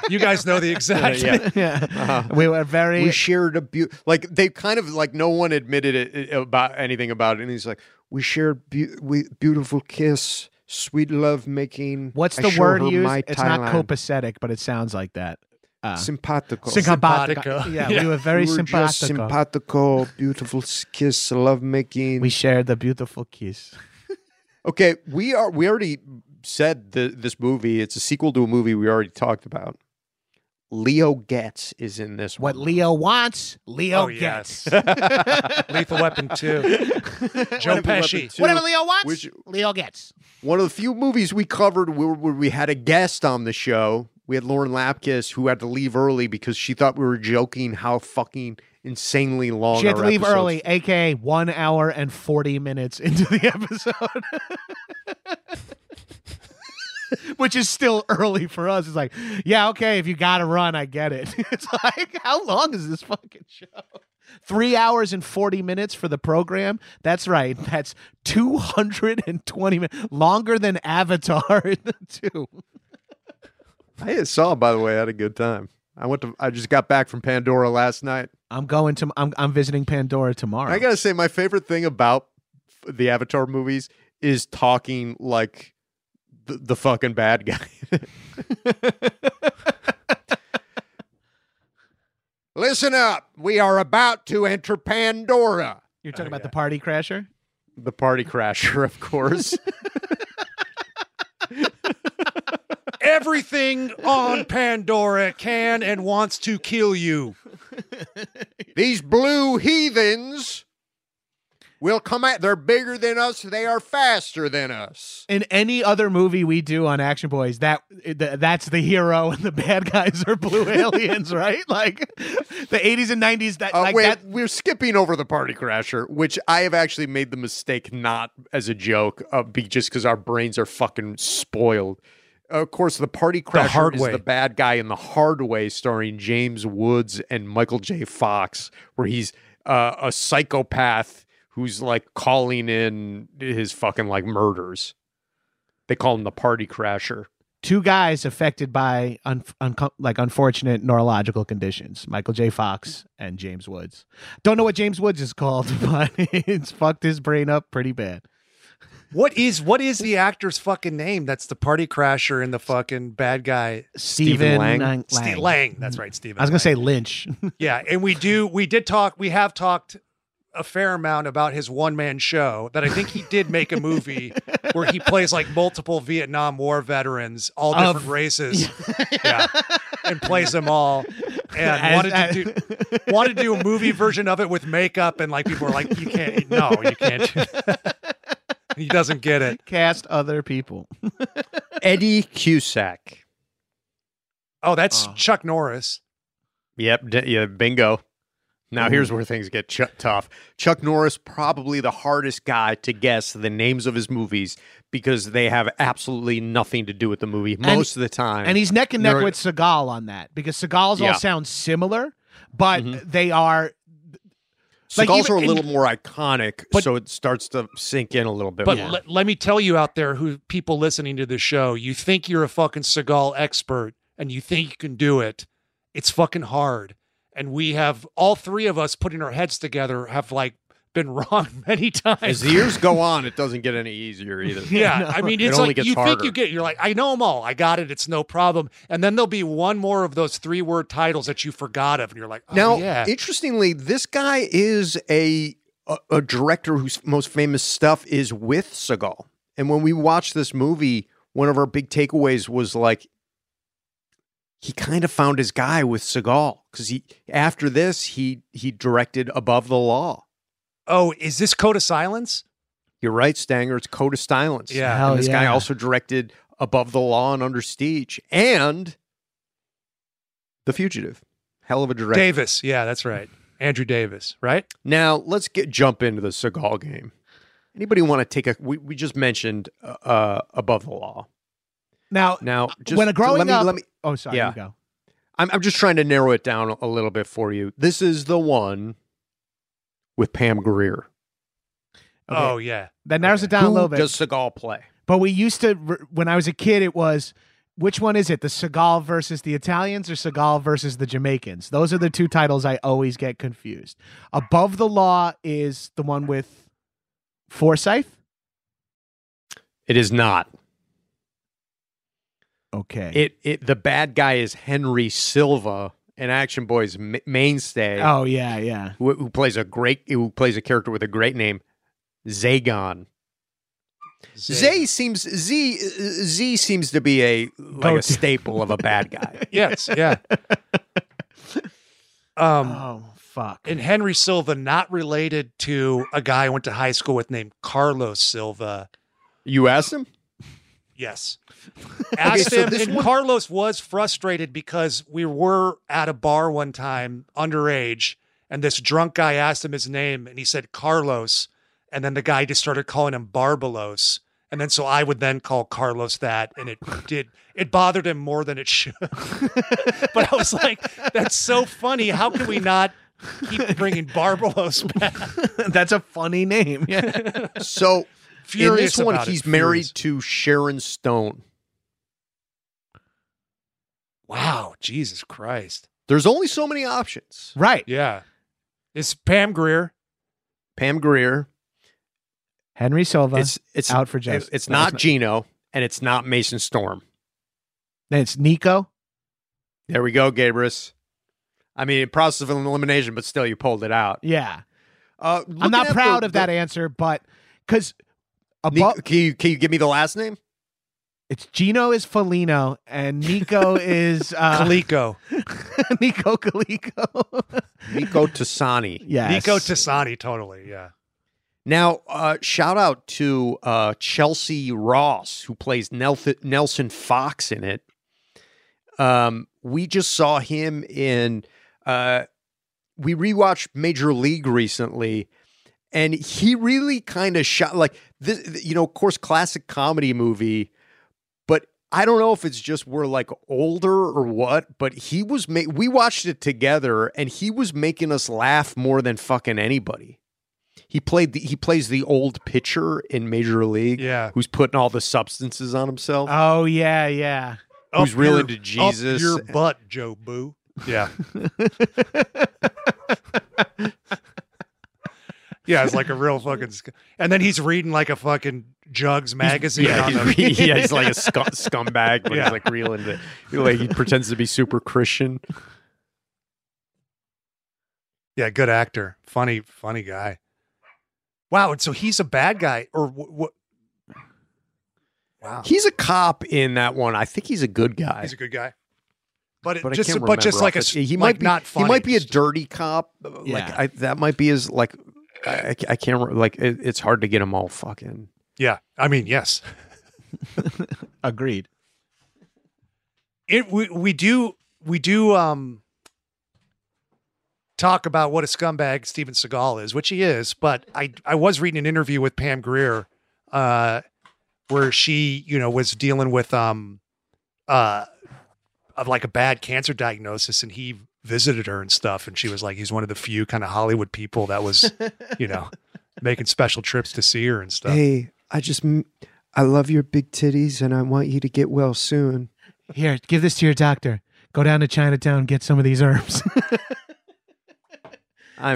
You guys know the exact. Yeah, yeah. yeah, we were very. Uh-huh. We shared a beau Like they kind of like no one admitted it, it- about anything about it, and he's like, we shared beau- we, beautiful kiss, sweet love making. What's the word used? It's not copacetic, but it sounds like that. Uh, Simpatico. Simpatico. Simpatico. Yeah, Yeah. we were very We were just simpatico. simpatico, beautiful s- kiss, love making. we shared the beautiful kiss. okay, we are. We already said the, this movie. It's a sequel to a movie we already talked about. Leo Getz is in this What one. Leo wants, Leo Oh, yes. gets. Lethal Weapon Two. Joe Whatever Weapon Pesci. Two, Whatever Leo wants, which- Leo gets. one of the few movies we covered where, where we had a guest on the show. We had Lauren Lapkus who had to leave early because she thought we were joking how fucking insanely long. She had to our leave episodes- early, aka one hour and forty minutes into the episode. Which is still early for us. It's like, yeah, okay, if you gotta run, I get it. It's like, how long is this fucking show? Three hours and forty minutes for the program. That's right. That's two hundred and twenty minutes longer than Avatar two. I saw. By the way, I had a good time. I went to. I just got back from Pandora last night. I'm going to. I'm, I'm visiting Pandora tomorrow. I gotta say, my favorite thing about the Avatar movies is talking like the, the fucking bad guy. Listen up. We are about to enter Pandora. You're talking about the party crasher. The party crasher, of course. Everything on Pandora can and wants to kill you. These blue heathens will come at they're bigger than us, they are faster than us. in any other movie we do on Action Boys, that th- that's the hero and the bad guys are blue aliens, right? Like the '80s and '90s. That Uh, like wait, that. we're skipping over the party crasher, which I have actually made the mistake not as a joke, uh, be just because our brains are fucking spoiled. Of course, the party crasher Hard is Way. the bad guy in the hard way, starring James Woods and Michael J. Fox, where he's uh, a psychopath who's like calling in his fucking like murders. They call him the party crasher. two guys affected by un- uncom like unfortunate neurological conditions michael j fox and james woods don't know what james woods is called but it's fucked his brain up pretty bad What is what is the actor's fucking name? That's the party crasher and the fucking bad guy. Stephen Lang? Lang. Ste- Lang. That's right, Steven. I was gonna say Lang. Lynch. Yeah, and we do we did talk we have talked a fair amount about his one man show that I think he did make a movie where he plays like multiple Vietnam War veterans, all Of- different races. Yeah. And plays them all. And As- wanted as- to do wanted to do a movie version of it with makeup and like people are like, You can't no, you can't do that. He doesn't get it. Cast other people. Eddie Cusack. Oh, that's Oh. Chuck Norris. Yep. D- yeah. Bingo. Now here's where things get ch- tough. Chuck Norris probably the hardest guy to guess the names of his movies because they have absolutely nothing to do with the movie most of the time. And he's neck and neck Neuro- with Seagal on that because Seagal's Yeah. all sound similar, but Mhm. they are Seagulls like, are a even- little more iconic, But- so it starts to sink in a little bit But more. le- let me tell you out there who people listening to the show, you think you're a fucking Seagal expert and you think you can do it. It's fucking hard. And we have all three of us putting our heads together have like been wrong many As times. the years go on, it doesn't get any easier either. Yeah, No. I mean, It it's only like gets you think harder. you get, you're like, I know them all, I got it, it's no problem. And then there'll be one more of those three word titles that you forgot of, and you're like, oh, Now, yeah, interestingly, this guy is a, a a director whose most famous stuff is with Seagal. And when we watched this movie, one of our big takeaways was like he kind of found his guy with Seagal because he after this he he directed Above the Law. oh, is this Code of Silence? You're right, Stanger. It's Code of Silence. Yeah. Hell and this guy yeah. also directed Above the Law and Under Siege and The Fugitive. Hell of a director. Davis. Yeah, that's right. Andrew Davis, right? Now let's get jump into the Seagal game. Anybody want to take a? We, we just mentioned uh, above the law. now Now, just when a growing let me, up let me. Oh sorry, Yeah. you go. I'm I'm just trying to narrow it down a little bit for you. This is the one with Pam Greer. Okay. Oh, yeah. That narrows it down Who a little bit. does Seagal play? But we used to, when I was a kid, it was which one is it? The Seagal versus the Italians or Seagal versus the Jamaicans? Those are the two titles I always get confused. Above the Law is the one with Forsyth. It is not. Okay. It it the bad guy is Henry Silva, an Action Boys ma- mainstay oh yeah, yeah. who, who plays a great who plays a character with a great name, Zagon. Zay seems Z Z seems to be a like Go-to. a staple of a bad guy. Yes, yeah. Um, oh fuck. and Henry Silva, not related to a guy I went to high school with named Carlos Silva. You asked him? Yes. Asked so him, this and one- Carlos was frustrated because we were at a bar one time underage, and this drunk guy asked him his name, and he said Carlos. And then the guy just started calling him Barbalos. And then so I would then call Carlos that, and it did, it bothered him more than it should. but I was like, that's so funny. How can we not keep bringing Barbalos back? That's a funny name. Yeah. So in Furious this one, about it, he's furious. married to Sharon Stone. Wow, Jesus Christ. There's only so many options. right. Yeah. It's Pam Greer. Pam Greer. Henry Silva. It's, It's it's out for justice. It's No, it's not not. Gino, and it's not Mason Storm. Nico. There we go, Gabrus. I mean, process of elimination, but still, you pulled it out. Yeah. Uh, I'm looking not at the- proud of that the- answer, but because Nico, above can, you, can you give me the last name? it's Gino is Felino and Nico is uh, Coleco. Nico Calico. Nico Tassani. yes. Nico Tassani, totally. Yeah. Now, uh, shout out to uh, Chelsea Ross, who plays Nelth- Nelson Fox in it. Um, we just saw him in. Uh, we rewatched Major League recently, and he really kind of shot like this. You know, of course, classic comedy movie, but I don't know if it's just we're like older or what. But he was. Ma- we watched it together, and he was making us laugh more than fucking anybody. He played the he plays the old pitcher in Major League Yeah. who's putting all the substances on himself. Oh yeah, yeah. who's Up real your- into Up Jesus. your butt, Joe Boo. Yeah. yeah, it's like a real fucking. sc- And then he's reading like a fucking Jugs magazine yeah, on he's, the. re- yeah, he's like a scu- scumbag, but Yeah. he's like real into like he pretends to be super Christian. Yeah, good actor, funny, funny guy. Wow, and so he's a bad guy, or what? Wow, He's a cop in that one. I think he's a good guy. he's a good guy, but, it but I just, can't but just remember like a, off the- s- he like might be, not funny. He might be a Just- dirty cop. uh, Like Yeah. I, that might be his like. I, I ca- I can't re- like it, it's hard to get him all fucking. yeah, I mean, yes, Agreed. it we, we do we do um talk about what a scumbag Steven Seagal is, which he is, but I I was reading an interview with Pam Greer uh where she, you know, was dealing with um uh of like a bad cancer diagnosis and he visited her and stuff and she was like he's one of the few kind of Hollywood people that was, you know, making special trips to see her and stuff. Hey, I just I love your big titties, and I want you to get well soon. Here, give this to your doctor. Go down to Chinatown, get some of these herbs. I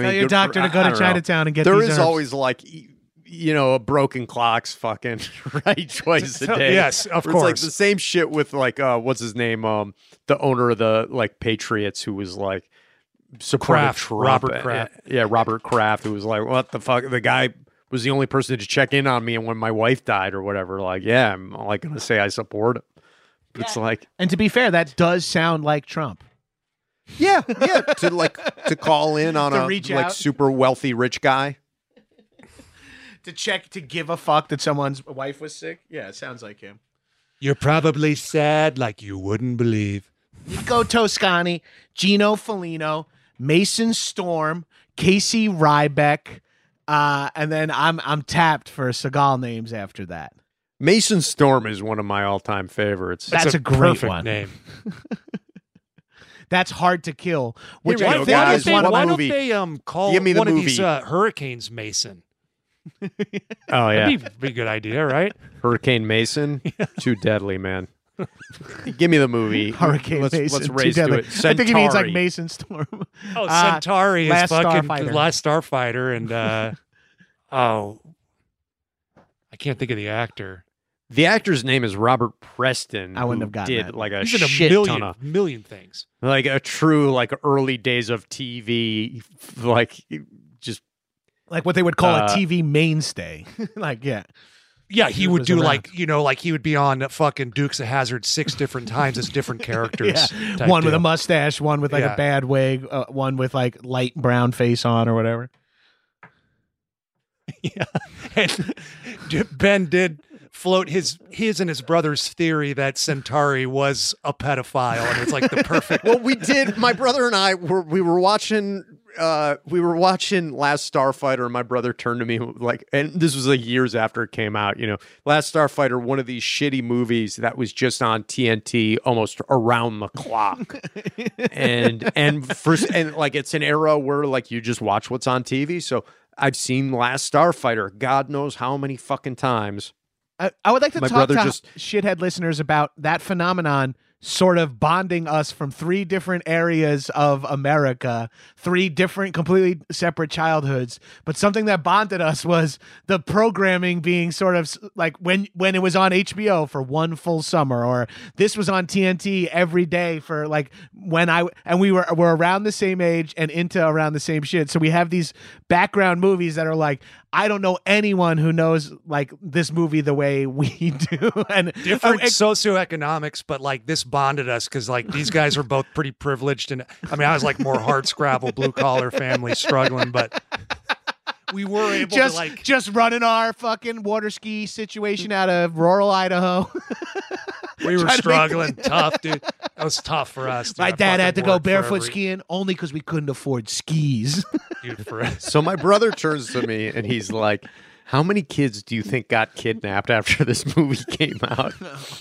Tell your good for- doctor to I- go I to don't know. Chinatown and get There these herbs. is always like y- you know a broken clock's fucking right twice a So- day. yes, of Where it's like course. the same shit with like uh what's his name um the owner of the like Patriots who was like supported Kraft, Trump. Robert Uh, Kraft. Yeah, Robert Kraft who was like what the fuck the guy was the only person to check in on me and when my wife died or whatever like yeah I'm like going to say I support him. But It's like and to be fair, that does sound like Trump. yeah, yeah, to like to call in on To a reach like out. super wealthy rich guy. To check to give a fuck that someone's wife was sick. Yeah, it sounds like him. You're probably sad like you wouldn't believe. Nico Toscani, Gino Felino, Mason Storm, Casey Ryback, uh, and then I'm I'm tapped for Seagal names after that. Mason Storm is one of my all-time favorites. That's a great perfect one. name. That's hard to kill. Which Here we I go, think guys. is one of What my why movie? movie. don't they um call Give me the one of these movie. uh, hurricanes Mason? Oh yeah, That'd be, be a good idea, right? Hurricane Mason, too deadly, man. Give me the movie Hurricane Let's, Mason. let's too raise to deadly. it. I think he means like Centauri. Mason Storm. Oh, Uh, Centauri is Last fucking Starfighter. Last Starfighter, and uh, oh, I can't think of the actor. The actor's name is Robert Preston. I wouldn't who have gotten did that. like a He's in a shit million ton of million things. like a true like early days of TV, like just like what they would call Uh, a TV mainstay. like yeah, Yeah, he He would was do around. like you know, like he would be on fucking Dukes of Hazard six different times as different characters. yeah. type One with a deal. mustache, one with like Yeah. a bad wig, uh, one with like light brown face on or whatever. and d- Ben did float his his and his brother's theory that Centauri was a pedophile, and it's like the perfect. well, we did. My brother and I were we were watching. Uh, we were watching Last Starfighter, and my brother turned to me like, and this was like years after it came out. You know, Last Starfighter, one of these shitty movies that was just on TNT almost around the clock, and and first and like it's an era where like you just watch what's on TV. So I've seen Last Starfighter, God knows how many fucking times. I, I would like to My talk brother to just- shithead listeners about that phenomenon sort of bonding us from three different areas of America, three different completely separate childhoods, but something that bonded us was the programming being sort of s- like when when it was on HBO for one full summer or this was on TNT every day for like when I and we were were around the same age and into around the same shit. So we have these background movies that are like I don't know anyone who knows like this movie the way we do and different Oh, ex- socioeconomics, but like this bonded us because like these guys were both pretty privileged, and I mean I was like more hard scrabble, blue collar family struggling, but we were able just to like just running our fucking water ski situation out of rural Idaho. try we were to make- struggling tough, dude. That was tough for us. dude. My I dad had to fucking go worked for barefoot every- skiing only because we couldn't afford skis. dude, for us. So my brother turns to me and he's like, "How many kids do you think got kidnapped after this movie came out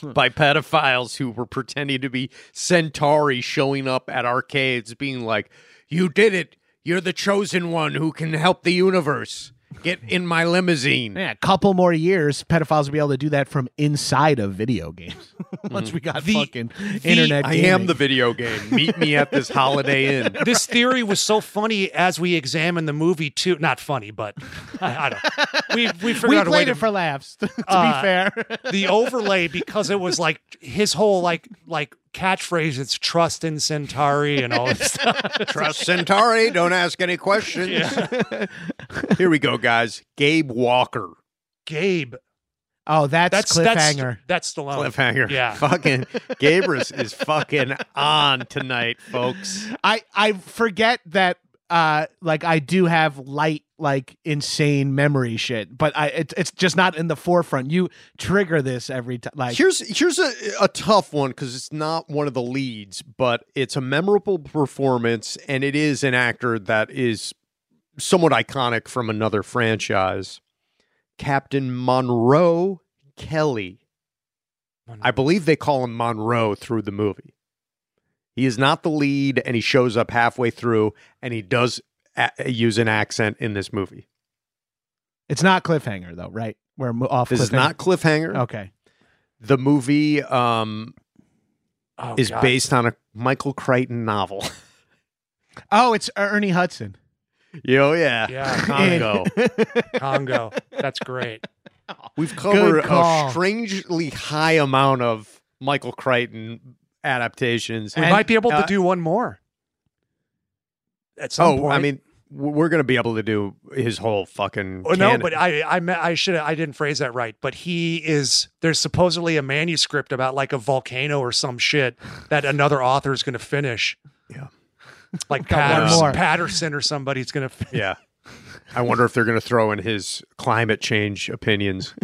by pedophiles who were pretending to be centauri showing up at arcades being like, "You did it. You're the chosen one who can help the universe." Get in my limousine. Yeah, a couple more years, pedophiles will be able to do that from inside of video games. Once we got Mm. The- fucking the- internet, I am gaming. the video game. Meet me at this Holiday Inn. This theory was so funny as we examined the movie too. Not funny, but I, I don't. We we figured We out a way played to it for laughs. To be Uh, fair, the overlay because it was like his whole like like catchphrase. It's trust in Centauri and all this stuff. Trust Centauri. Don't ask any questions. Here we go, guys. Gabe Walker. Gabe, oh, that's, that's cliffhanger. That's, that's Oh, Stallone. Cliffhanger. Yeah. Fucking Gabrus is fucking on tonight, folks. I I forget that. Uh, like I do have light, like insane memory shit, but I it, it's just not in the forefront. You trigger this every time. Like Here's here's a, a tough one because it's not one of the leads, but it's a memorable performance, and it is an actor that is somewhat iconic from another franchise. Captain Monroe Kelly. I believe they call him Monroe through the movie. He is not the lead, and he shows up halfway through, and he does a- use an accent in this movie. it's not cliffhanger though, right? We're mo- off. This is cliffhanger. not cliffhanger. okay. The movie um, Oh, is God. based on a Michael Crichton novel. Oh, it's Ernie Hudson. Yo, yeah, Yeah. Congo. Congo. That's great. We've covered a call. strangely high amount of Michael Crichton adaptations. We And, might be able to uh, do one more. At some oh, point. I mean, w- we're gonna be able to do his whole fucking. Oh, no, canon. but I I me- I should I didn't phrase that right. But he is there's supposedly a manuscript about like a volcano or some shit that another author is going to finish. Yeah. like Got one Patterson, more. Patterson or somebody's going to. Fin- Yeah. I wonder if they're going to throw in his climate change opinions.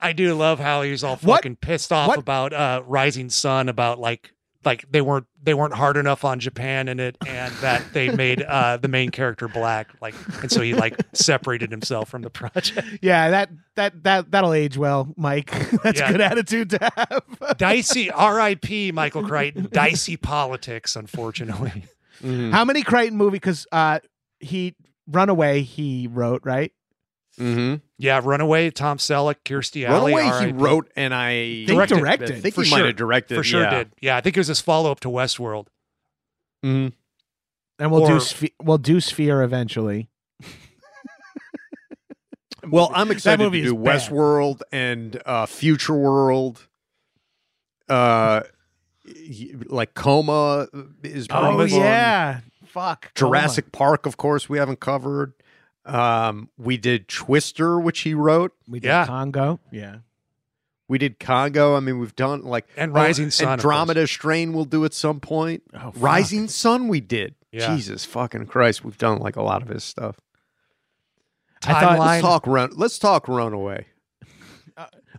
I do love how he's all What- fucking pissed off what- about uh, Rising Sun about like like they weren't they weren't hard enough on Japan in it and that they made uh, the main character black like and so he like separated himself from the project. Yeah, that that that that'll age well, Mike. That's Yeah. a good attitude to have. Dicey R.I.P. Michael Crichton. Dicey politics, unfortunately. Mm-hmm. How many Crichton movie? Because uh, he Runaway he wrote right. Mm-hmm. Yeah, Runaway, Tom Selleck, Kirstie Alley. Runaway, he R.I.p. wrote, and I Think Directed. directed. I think For he sure. might have directed. for sure yeah. did. Yeah, I think it was his follow up to Westworld. Mhm. and we'll Or- do Sphe- we'll do Sphere eventually. Well, I'm excited movie to is do bad. Westworld and uh, Future World. Uh, y- like Coma is pretty Oh fun. yeah, fuck Oh, Jurassic Park, of course, we haven't covered. Um, we did Twister, which he wrote. Coma. We did Yeah. Congo. Yeah, We did Congo. I mean, we've done like And Rising and Sun, of course. Andromeda Strain. We'll do at some point. oh, fuck. Rising Sun. We did. Yeah. Jesus fucking Christ. We've done like a lot of his stuff. I thought- Timeline. Let's talk run. Let's talk Runaway.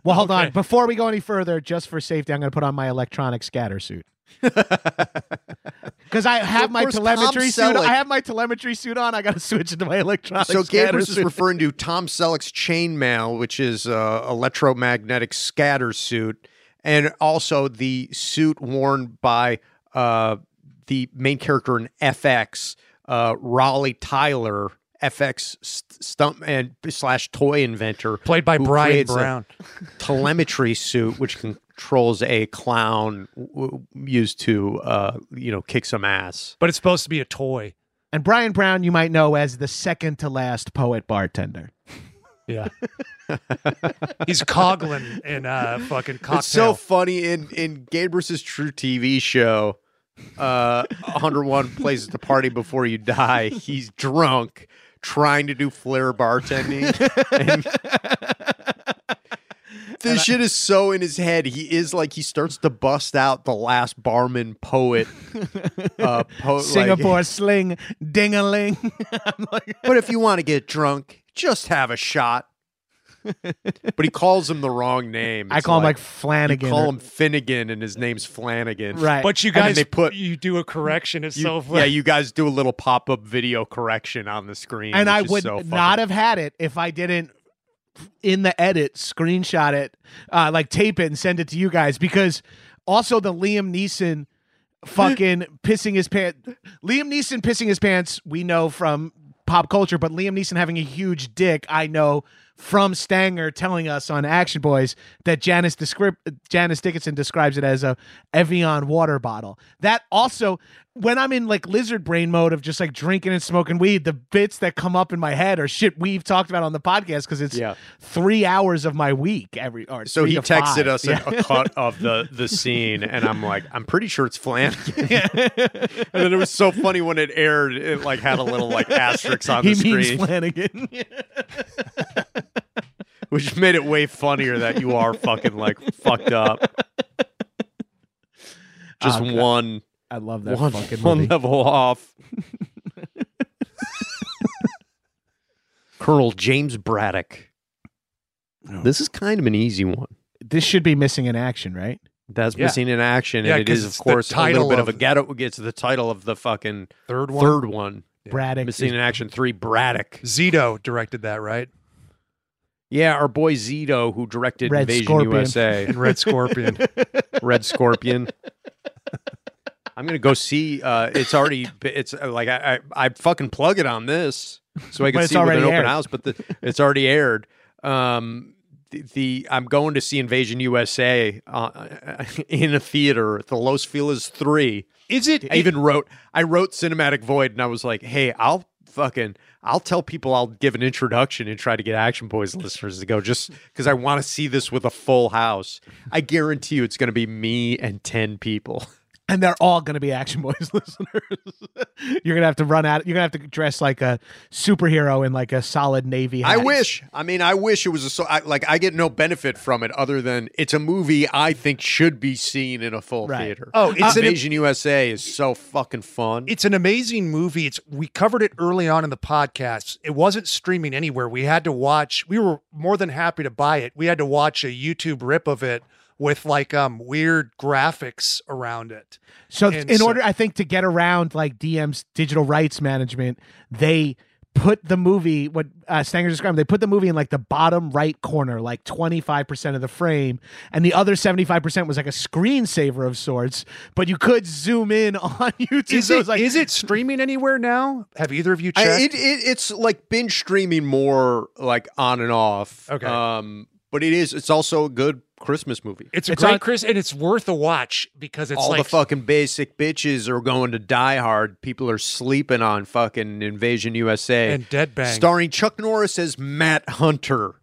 Well, hold Okay. on. Before we go any further, just for safety, I'm going to put on my electronic scatter suit because I have of my course, telemetry Tom suit. Selleck- I have my telemetry suit on. I got to switch into my electronic. so scatter Gabrus is suit. referring to Tom Selleck's chainmail, which is uh, electromagnetic scatter suit, and also the suit worn by uh, the main character in FX, uh, Raleigh Tyler, FX st- stunt and slash toy inventor, Played by who Brian creates a- Brown. telemetry suit, which controls a clown w- w- used to, uh, you know, kick some ass. But it's supposed to be a toy. And Brian Brown, you might know as the second to last poet bartender. Yeah. He's Coglin in uh fucking cocktail. It's so funny in in Gabrus's True TV show. Uh, 101 plays at the party before you die. He's drunk, trying to do flair bartending. And this shit is so in his head. He is like he starts to bust out the last barman poet. Uh, po- like- Singapore sling ding a ling. but if you want to get drunk, just have a shot. But he calls him the wrong name. I It's call him like Flanagan. You call or- him Finnegan, and his name's Flanagan. right. but you And then guys they put- you do a correction. It's You- so yeah, funny. you guys do a little pop up video correction on the screen, and which I is would so fucking- not have had it if I didn't in the edit screenshot it, uh, like tape it and send it to you guys because also the Liam Neeson fucking pissing his pants. Liam Neeson pissing his pants. We know from pop culture, but Liam Neeson having a huge dick, I know from Stanger telling us on Action Boys that Janice descrip- Janice Dickinson describes it as a Evian water bottle. That also, when I'm in like lizard brain mode of just like drinking and smoking weed, the bits that come up in my head are shit we've talked about on the podcast because it's Yeah. three hours of my week every. Or So three he to texted five. us a- a, cut of the the scene, and I'm like, I'm pretty sure it's Flanagan. and then it was so funny when it aired; it like had a little like asterisk on He the means screen, Flanagan. which made it way funnier that you are fucking like fucked up. Just Oh, God. one I love that one, fucking one movie. level off. Colonel James Braddock. Oh. This is kind of an easy one. This should be missing in action, right? That's Yeah. missing in action, Yeah, and it 'cause is, of it's the course, a little title bit of, of- a ghetto. It's the title of the fucking Third one. third one, Yeah. Braddock. missing is- in action three. Braddock, Zito directed that, right? yeah, our boy Zito, who directed Red Invasion Scorpion. USA, And Red Scorpion. Red Scorpion. I'm gonna go see. Uh, it's already. It's uh, like I, I I fucking plug it on this so I But can it's see with an already open aired. house, but the, it's already aired. Um, the, the I'm going to see Invasion USA uh, in a theater. at The Los Feliz Three. Is it? I even wrote I wrote Cinematic Void and I was like, hey, I'll fucking I'll tell people I'll give an introduction and try to get Action Boys listeners to go just because I want to see this with a full house. I guarantee you it's gonna be me and ten people. and they're all going to be Action Boys listeners. you're going to have to run out. You're going to have to dress like a superhero in like a solid navy. I hat. wish. I mean, I wish it was a so I, like I get no benefit from it other than it's a movie I think should be seen in a full Right. theater. Uh, Oh, it's an- Invasion USA is so fucking fun. it's an amazing movie. It's we covered it early on in the podcast. It wasn't streaming anywhere. We had to watch. We were more than happy to buy it. We had to watch a YouTube rip of it with like um weird graphics around it. So, And in so- order, I think, to get around like DM's digital rights management, they put the movie what uh, Stanger described. They put the movie in like the bottom right corner, like twenty five percent of the frame, and the other seventy five percent was like a screensaver of sorts. But you could zoom in on YouTube. Is so it it's like is it streaming anywhere now? Have either of you I- checked? it, it it's like binge streaming more like on and off. Okay. Um, but it is it's also a good Christmas movie. it's a it's great on- Chris, and it's worth a watch because it's All like the fucking basic bitches are going to Die Hard. People are sleeping on fucking Invasion USA. and dead bang. Starring Chuck Norris as Matt Hunter.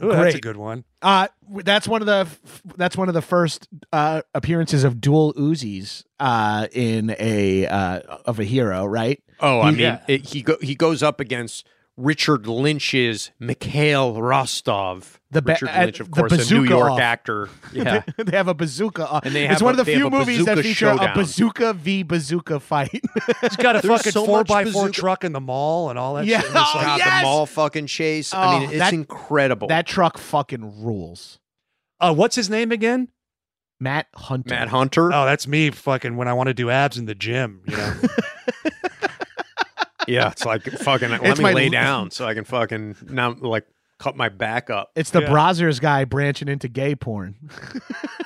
Ooh, that's a Great. good one. Uh, w- that's one of the f- that's one of the first uh, appearances of dual Uzis uh, in a uh, of a hero, right? Oh, I He- mean, it, he go, he goes up against Richard Lynch's Mikhail Rostov. The ba- Richard uh, Lynch, of the course, a New bazooka York off. actor. Yeah. they have a bazooka. uh, And they it's have one a- of the they have few a movies that bazooka feature a showdown. bazooka v bazooka fight. He's got a There's fucking so four much by four bazooka- truck in the mall and all that. Yeah. shit. It's like- Oh, God, yes! the mall fucking chase. I Oh, mean, it's that- incredible. that truck fucking rules. uh, what's his name again? Matt Hunter. Matt Hunter. Oh, that's me fucking when I want to do abs in the gym, you know. yeah, it's like fucking. Let It's me my- lay down so I can fucking now like cut my back up. It's the Yeah. Brazzers guy branching into gay porn.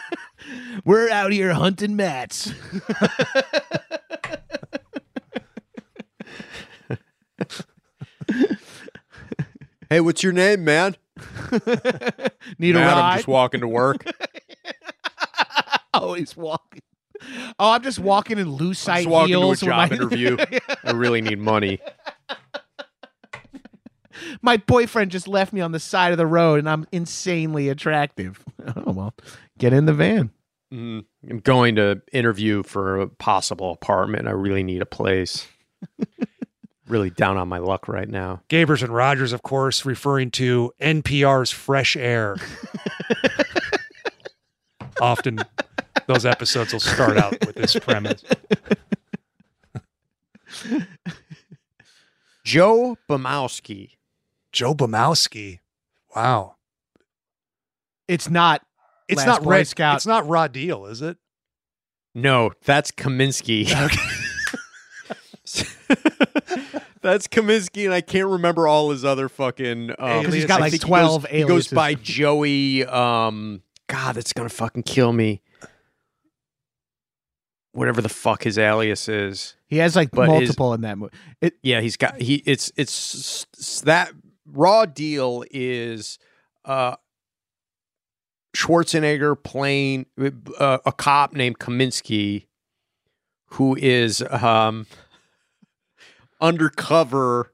We're out here hunting mats. Hey, what's your name, man? Need a Matt, ride? I'm just walking to work. oh, he's walking. Oh, I'm just walking in I'm lucite just walking to a heels with job my- interview. I really need money. my boyfriend just left me on the side of the road and I'm insanely attractive. Oh, well, get in the van. Mm, I'm going to interview for a possible apartment. I really need a place. really down on my luck right now. Gabers and Rogers, of course, referring to NPR's Fresh Air. Often those episodes will start out with this premise. Joe Bomowski. Joe Bomowski. Wow. It's not. It's Last not Boy Red Scout. It's not Raw Deal, is it? No, that's Kaminsky. that's Kaminsky, and I can't remember all his other fucking. Um, 'Cause he's got I like think he 12 goes, He goes aliases. by Joey. Um, God, that's gonna fucking kill me. whatever the fuck his alias is. He has like But is- multiple in that movie. It, Yeah, he's got he. It's it's, it's that raw deal is uh, Schwarzenegger playing uh, a cop named Kaminsky, who is um, undercover,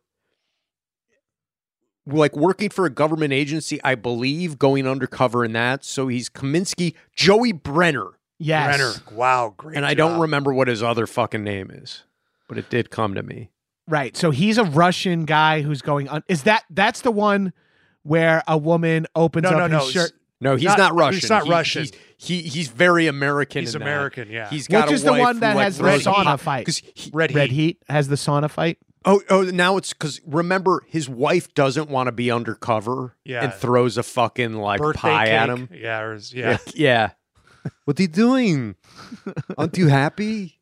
like working for a government agency, I believe, going undercover in that. So he's Kaminsky Joey Brenner. yes. Brenner. Wow, great. and I don't job. remember what his other fucking name is, but it did come to me. Right. So he's a Russian guy who's going on. Is that that's the one where a woman opens No, up no, his no. shirt? No, he's Not- not, Russian. he's not He- Russian. He's, he he's very American. He's in that. American, yeah. He's got Which a is the wife one who, that like, has the Red throws- sauna Hot, fight. 'cause he- Red, Red Heat. Heat has the sauna fight. oh oh now it's because remember his wife doesn't want to be undercover. Yeah. and throws a fucking like Birthday pie cake. at him. Yeah, or is- yeah. yeah. What are you doing? Aren't you happy?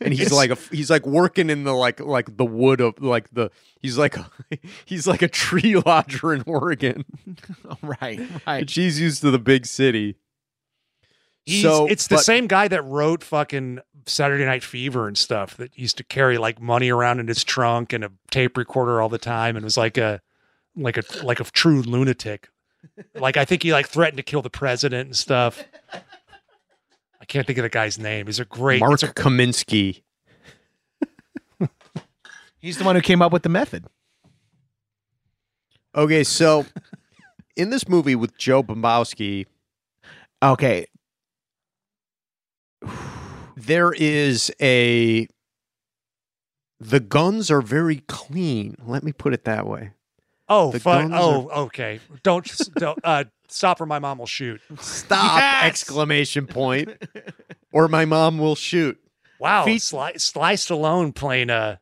And he's It's- like a, he's like working in the like like the wood of like the he's like a, he's like a tree lodger in Oregon. right. And Right. she's used to the big city. He's, So, it's the but- same guy that wrote fucking Saturday Night Fever and stuff that used to carry like money around in his trunk and a tape recorder all the time and was like a like a like a true lunatic. Like I think he like threatened to kill the president and stuff. I can't think of the guy's name. He's a great Mark it's a- Kaminsky. He's the one who came up with the method. Okay, so in this movie with Joe Bombowski, Okay. there is a the guns are very clean. Let me put it that way. Oh The fuck! guns Oh, okay. Don't don't uh, stop or my mom will shoot. Stop! Yes! Exclamation point. Or my mom will shoot. Wow, Feet- Sly, Sly Stallone playing uh,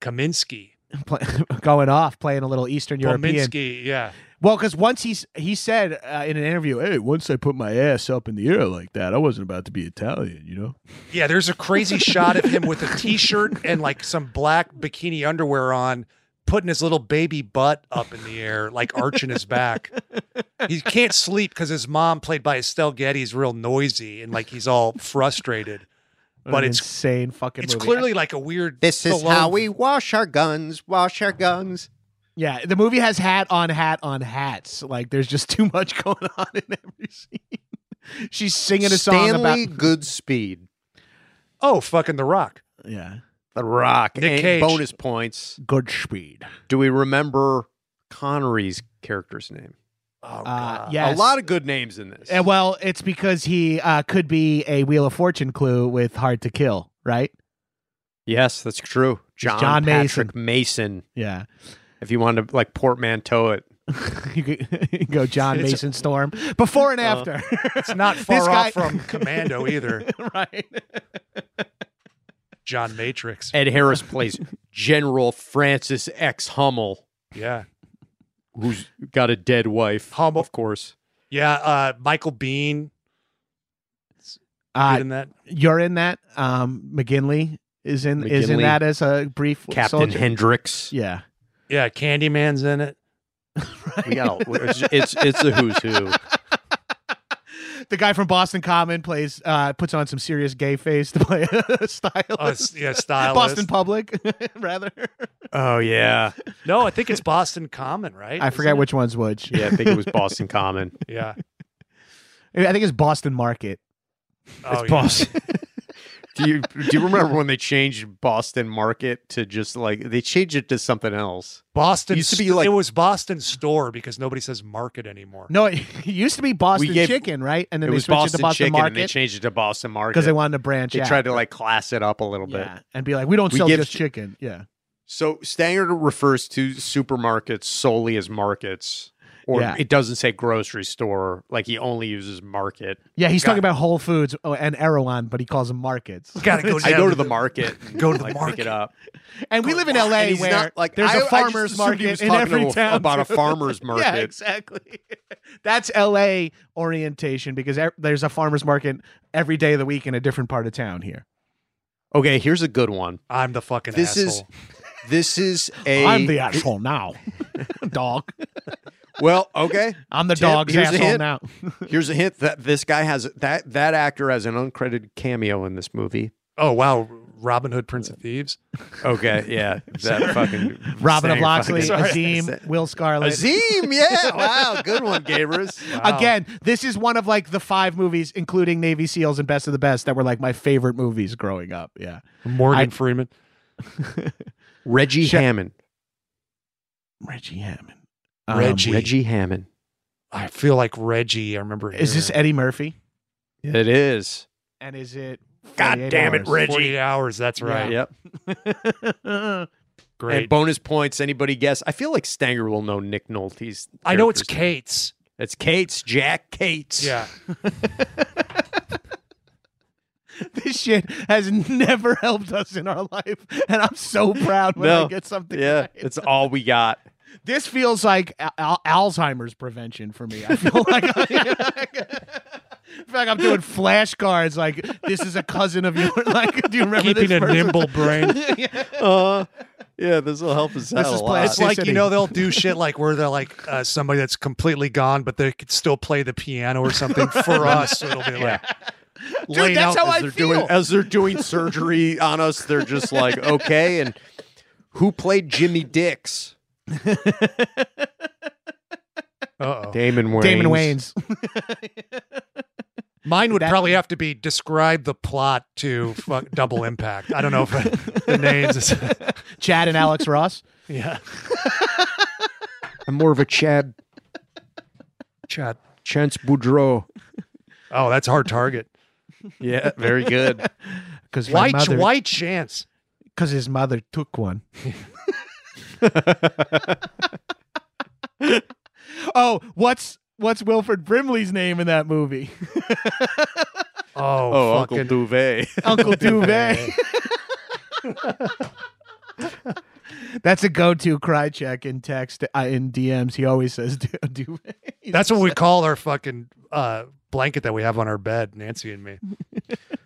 Kaminsky. Pla going off, playing a little Eastern European. Kaminsky, yeah. Well, because once he's he said uh, in an interview, "Hey, once I put my ass up in the air like that, I wasn't about to be Italian," you know. Yeah, there's a crazy shot of him with a t-shirt and like some black bikini underwear on, putting his little baby butt up in the air, like arching his back. He can't sleep because his mom, played by Estelle Getty, is real noisy and like he's all frustrated. What But an it's- insane fucking. It's movie. clearly like a weird. This is Stallone- how we wash our guns. Wash our guns. yeah. The movie has hat on hat on hats. Like there's just too much going on in every scene. She's singing a song about Stanley Goodspeed, Oh, fucking The Rock. yeah, The Rock, Nick and Cage. bonus points. good speed. Do we remember Connery's character's name? Oh Uh, god. yes. A lot of good names in this. And well, it's because he uh, could be a Wheel of Fortune clue with Hard to Kill, right? Yes, that's true. John, John Patrick Mason. Yeah, If you wanted to like portmanteau it. you could you could go John It's- Mason Storm before and Uh, after. It's not This far guy- off from Commando either. right. John Matrix. Ed Harris plays General Francis X Hummel, Yeah. who's got a dead wife. Hummel. of course. Yeah. Uh, Michael Bean. Uh, Ah, good in that. you're in that. Um, McGinley is in is in McGinley. that as a brief Captain soldier. Hendricks. Yeah, Yeah. Candyman's in it. We got a, it's, it's it's a who's who. the guy from Boston Common plays uh, puts on some serious gay face to play a stylist. Oh, it's- yeah, stylist. Boston Public, rather. Oh yeah, No, I think it's Boston Common, right? I Isn't forget it? which one's which. yeah. I think it was Boston Common. Yeah. I think it's Boston Market. Oh, yeah. Boston. do you do you remember when they changed Boston Market to just like they changed it to something else? Boston Used to be st- like- it was Boston store because nobody says market anymore. No, it used to be Boston gave- Chicken, right? And then it they was switched it Boston, to Boston Chicken, Market and they changed it to Boston Market because they wanted to branch They out. tried to like class it up a little bit. yeah, and be like, we don't We sell give just sh- chicken. Yeah, So Stanger refers to supermarkets solely as markets, or Yeah. it doesn't say grocery store. Like he only uses market. yeah. He's Got talking it. about Whole Foods oh, and Erewhon, but he calls them markets. Gotta go. I down go to the market, and, Go to the like, market. pick it up. And we live in And LA he's where not, like, there's I- I a just farmers assumed he market was in talking every about- town about a too. farmer's Yeah, market. exactly. That's LA orientation because ev- there's a farmers market every day of the week in a different part of town here. Okay, here's a good one. I'm the fucking This asshole. is this is a I'm the asshole now, dog. Well, okay. I'm the Tim, dog's here's a asshole hint. now. Here's a hint that this guy has that that actor has an uncredited cameo in this movie. Oh wow, Robin Hood, Prince of Thieves. Okay, yeah, that fucking Robin of saying Loxley, fucking- Azim, Will Scarlet. Azim, yeah, wow, good one, Gabrus. Wow. Again, this is one of like the five movies, including Navy SEALs and Best of the Best, that were like my favorite movies growing up. Yeah. Morgan I- Freeman. Reggie Shep- Hammond. Reggie Hammond. Um, Reggie. Um, Reggie Hammond. I feel like Reggie. I remember. Is this hearing. Eddie Murphy? It is. And is it? God 48 damn it, hours? Reggie. 48 hours? That's right. Yep. Great. And bonus points. Anybody guess? I feel like Stanger will know Nick Nolte's. I know it's Kate's. character's name. It's Kate's. Jack Kate's. Yeah. this shit has never helped us in our life, and I'm so proud when I No. get something. Yeah. right. It's all we got. this feels like al- al- Alzheimer's prevention for me. I feel like I, feel like I'm doing flashcards. Like this is a cousin of yours. Like, do you remember Keeping this a person? nimble brain. Uh, yeah. This will help us out is a plastic. lot. It's like you City. know they'll do shit like where they're like uh, somebody that's completely gone, but they could still play the piano or something for us. So it'll be like Dude, laying that's out how as I they're feel. doing- As they're doing surgery on us, they're just like, okay. And who played Jimmy Dix? Uh-oh. Damon Wayans. Damon Wayans. Mine would That- probably have to be describe the plot to fuck Double Impact. I don't know if the names. Is, Chad and Alex Ross. yeah, I'm more of a Chad Chad. Chance Boudreau. Oh, that's hard target. Yeah. Very good. Because Why? ch- Why chance? Because his mother took one. oh, what's what's Wilfred Brimley's name in that movie? Oh, fucking. Duvet. Uncle Duvet. That's a go-to cry check in text uh, in DMs. He always says "Du- Duvet. That's what we call our fucking uh, blanket that we have on our bed, Nancy and me.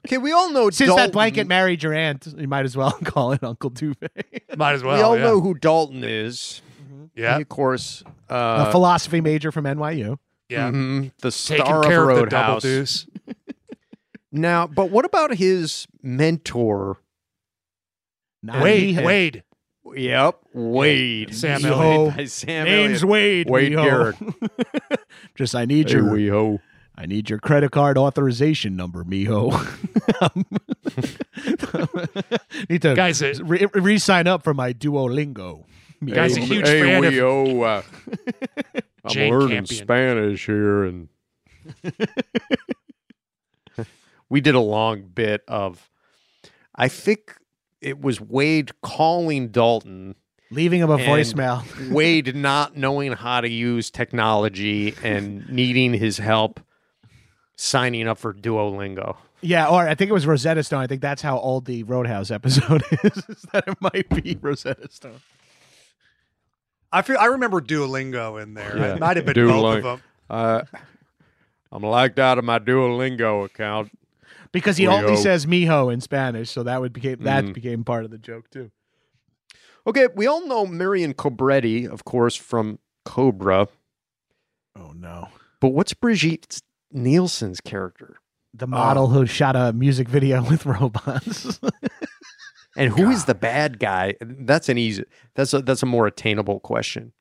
Okay, we all know Since Dalton. that blanket married your aunt, you might as well call it Uncle Duvet. Might as well. we all yeah. know who Dalton is. Yeah, He, of course, uh, a philosophy major from NYU. yeah. mhm, the Taking star care of of the double Roadhouse. deuce. now, but what about his mentor? Not Wade, me. Wade. Yep, Wade. Sam Played Elliott. by Sam Name's Elliott. Wade. Wade weho. Garrett. Just I need Hey, your wee-ho. I need your credit card authorization number, mijo. need to Guys, uh, it- re- re-sign up for my Duolingo. mijo. Guys, a huge fan of- wee-ho, uh, I'm Jane Campion. Spanish here, and we did a long bit of. I think it was Wade calling Dalton. leaving him a And- voicemail. Wade not knowing how to use technology and needing his help signing up for Duolingo. Yeah, or I think it was Rosetta Stone. I think that's how old the Roadhouse episode is. is that it might be Rosetta Stone. I feel I remember Duolingo in there. Yeah. It might have been both Duolingo. of them. Uh, I'm locked out of my Duolingo account. Because he We only owe- says mijo in Spanish, so that would became that Mm. became part of the joke too. Okay, we all know Marion Cobretti, of course, from Cobra. Oh no. But what's Brigitte Nielsen's character? The model who shot a music video with robots. And who is the bad guy? That's an easy. That's a that's a more attainable question.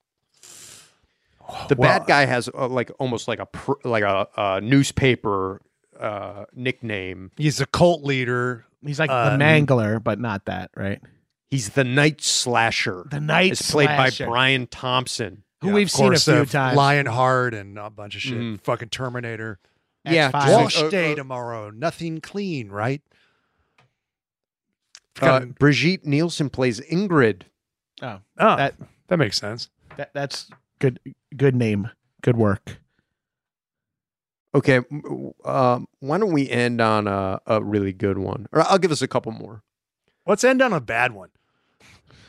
The bad guy has uh, like almost like a pr- like a, a newspaper uh, nickname. He's a cult leader. He's like Uh, the Mangler, but not that, right? He's the Night Slasher. The Night It's played Slasher, by Brian Thompson. who Uh, Yeah, we've of seen a course, few of times. Lionheart and a bunch of shit. Mhm. Fucking Terminator. Yeah, X-Files. just- Wash uh, day uh, tomorrow. Nothing clean, right? Uh, Fucking- Brigitte Nielsen plays Ingrid. oh, that- that, makes sense. That, that's good. Good name. Good work. Okay, m- w- um, why don't we end on a, a really good one? Or I'll give us a couple more. Let's end on a bad one.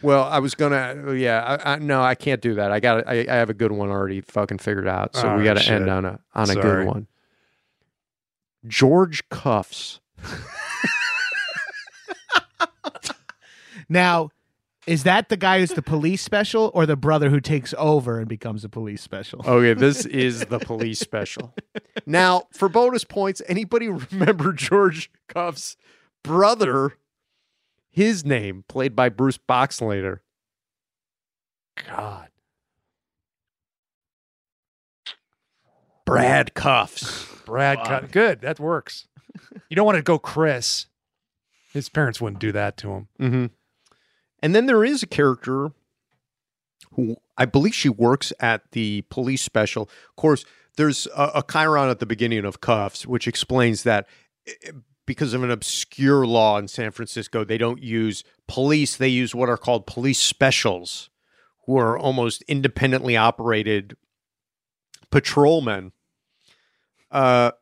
Well, I was gonna, yeah, I, I, no, I can't do that. I got, I, I have a good one already fucking figured out. So Oh, we got to shit. end on a on a Sorry. good one. George Cuffs. Now, Is that the guy who's the police special or the brother who takes over and becomes a police special? Okay, this is the police special. Now, for bonus points, anybody remember George Cuff's brother? His name, played by Bruce Boxlater. God. Brad Cuffs. Brad Fuck. Cut. Good. That works. You don't want to go Chris. His parents wouldn't do that to him. Mm-hmm. And then there is a character who I believe she works at the police special. Of course, there's a, a Chiron at the beginning of Cuffs, which explains that eh, because of an obscure law in San Francisco, they don't use police, they use what are called police specials, who are almost independently operated patrolmen. Uh,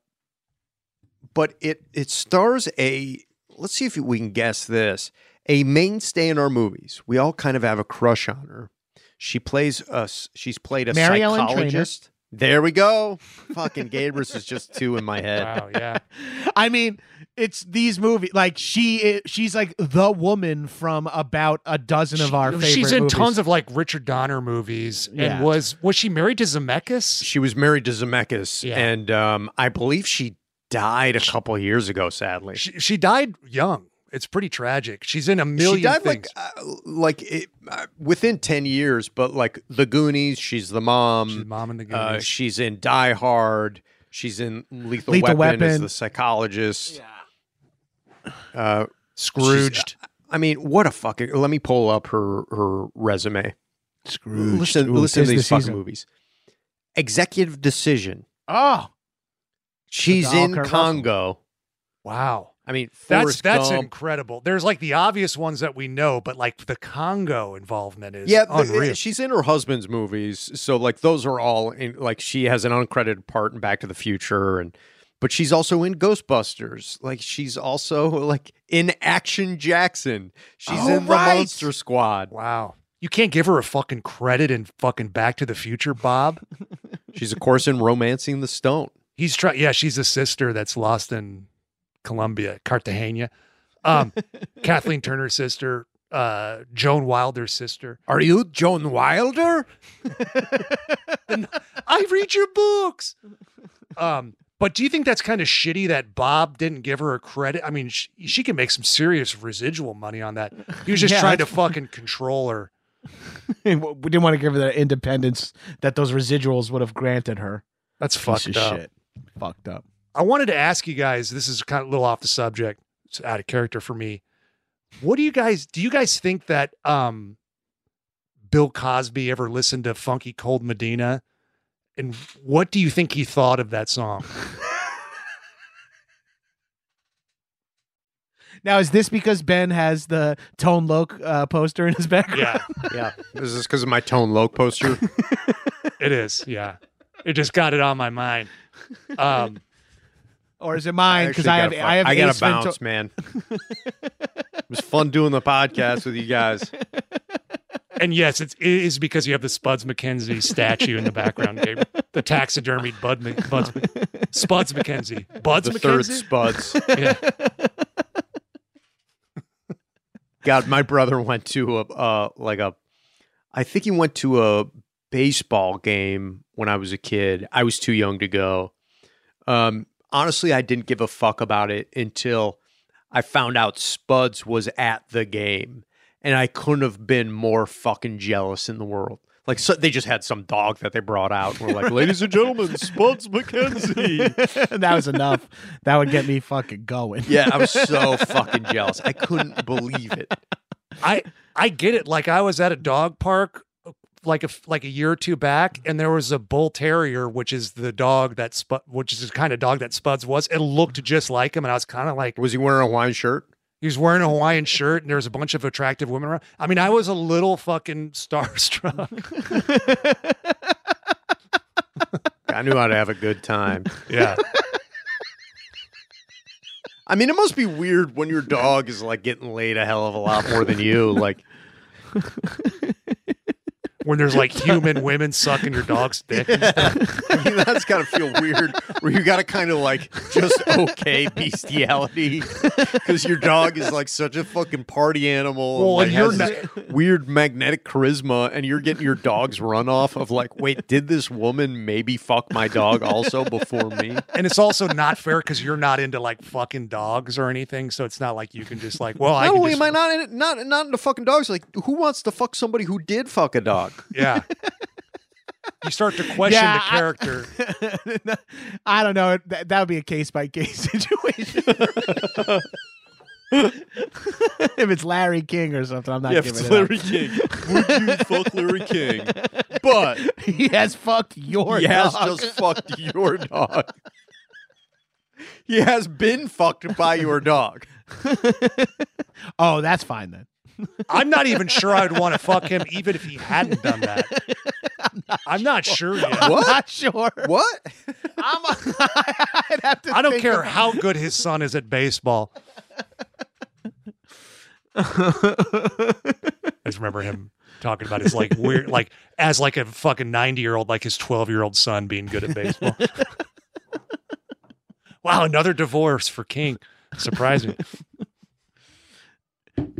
but it it stars a let's see if we can guess this a mainstay in our movies. We all kind of have a crush on her. She plays us. She's played a Mary Ellen Trainor. psychologist. There we go. Fucking Gabrus is just two in my head. Wow. Yeah. I mean, it's these movies. Like she, i- she's like the woman from about a dozen of our favorite. She's in movies. tons of like Richard Donner movies, Yeah. and was was she married to Zemeckis? She was married to Zemeckis, Yeah. and um, I believe she died a couple years ago. Sadly, She, she died young. It's pretty tragic. She's in a million she died things. like uh, like it, uh, within ten years. But like The Goonies, she's the mom. She's mom in the game. Uh, she's in Die Hard. She's in Lethal, Lethal Weapon, as Weapon. the psychologist. Yeah. Uh, Scrooged. I mean, what a fucking. Let me pull up her her resume. Scrooge. Listen, Ooh, listen tis to the these fucking season. movies. Executive Decision. Oh, She's Adele in Kurt Russell. Congo. Wow. I mean, That's Forrest that's Gump. incredible. There's like the obvious ones that we know, but like the Congo involvement is yeah, but, uh, unreal. she's in her husband's movies, so like those are all in. Like she has an uncredited part in Back to the Future, and but she's also in Ghostbusters. Like she's also like in Action Jackson. She's Oh, in right. the Monster Squad. wow. You can't give her a fucking credit in fucking Back to the Future, Bob. She's of course in Romancing the Stone. He's trying. Yeah, she's a sister that's lost in Colombia, Cartagena. Um, Kathleen Turner's sister, uh, Joan Wilder's sister. Are you Joan Wilder? I read your books. Um, but do you think that's kind of shitty that Bob didn't give her a credit? I mean, she, she can make some serious residual money on that. He was just Yeah, trying to that's- fucking control her. we didn't want to give her the independence that those residuals would have granted her. That's Piece fucked of up. shit. Fucked up. I wanted to ask you guys. This is kind of a little off the subject. It's out of character for me. What do you guys? Do you guys think that um, Bill Cosby ever listened to Funky Cold Medina? And what do you think he thought of that song? Now, is this because Ben has the Tone Loc uh, poster in his background? Yeah, Yeah. Is this because of my Tone Loc poster? it is. Yeah, it just got it on my mind. Um, Or is it mine? Because actually I, have, gotta fu- I have I Ace Ventura- gotta bounce, man. it was fun doing the podcast with you guys. and yes, it's, it is because you have the Spuds McKenzie statue in the background, Gabriel. the taxidermied Bud Mc, Buds, Spuds McKenzie, Buds the third McKenzie. Spuds. Yeah. God, my brother went to a uh, like a, I think he went to a baseball game when I was a kid. I was too young to go. Um, honestly, I didn't give a fuck about it until I found out Spuds was at the game, and I couldn't have been more fucking jealous in the world. Like so, they just had some dog that they brought out. And we're like, ladies and gentlemen, Spuds McKenzie. that was enough. That would get me fucking going. Yeah, I was so fucking jealous. I couldn't believe it. I I get it. Like I was at a dog park like a like a year or two back, and there was a bull terrier, which is the dog that Spud, which is the kind of dog that Spuds was. It looked just like him, and I was kind of like Was he wearing a wine shirt? he was wearing a Hawaiian shirt, and there was a bunch of attractive women around. I mean, I was a little fucking starstruck. I knew how to have a good time. Yeah, I mean, it must be weird when your dog is like getting laid a hell of a lot more than you. Like, when there's like human women sucking your dog's dick. and stuff. I mean, that's got to feel weird where you got to kind of like just okay bestiality because your dog is like such a fucking party animal. Well, like, and you're has this weird magnetic charisma, and you're getting your dog's runoff of like, wait, did this woman maybe fuck my dog also before me? And it's also not fair because you're not into like fucking dogs or anything. So it's not like you can just like, well, I Not can only just- am I not in it, not not into fucking dogs, like who wants to fuck somebody who did fuck a dog? Yeah. You start to question Yeah, the I- character. I don't know. That, that would be a case by case situation. if it's Larry King or something, I'm not giving it up. King, would you fuck Larry King? But He has fucked your he has dog. just fucked your dog. He has been fucked by your dog. oh, that's fine then. I'm not even sure I'd want to fuck him, even if he hadn't done that. I'm not sure yet. I'm not sure. What? I'm, I'd have to I don't think care about- how good his son is at baseball. I just remember him talking about his like weird, like as like a fucking ninety year old, like his twelve year old son being good at baseball. wow, another divorce for King. Surprising.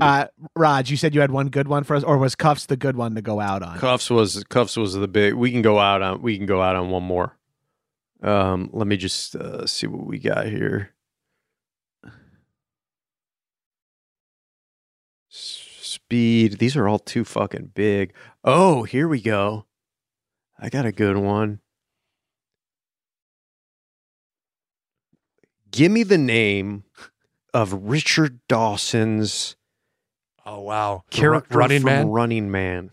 Uh, Raj, you said you had one good one for us, or was Cuffs the good one to go out on? Cuffs was cuffs was the big. We can go out on we can go out on one more. Um, let me just uh, see what we got here. S- Speed. These are all too fucking big. Oh, here we go. I got a good one. Give me the name of Richard Dawson's Oh wow, The Ru- character Running from Man. Running Man.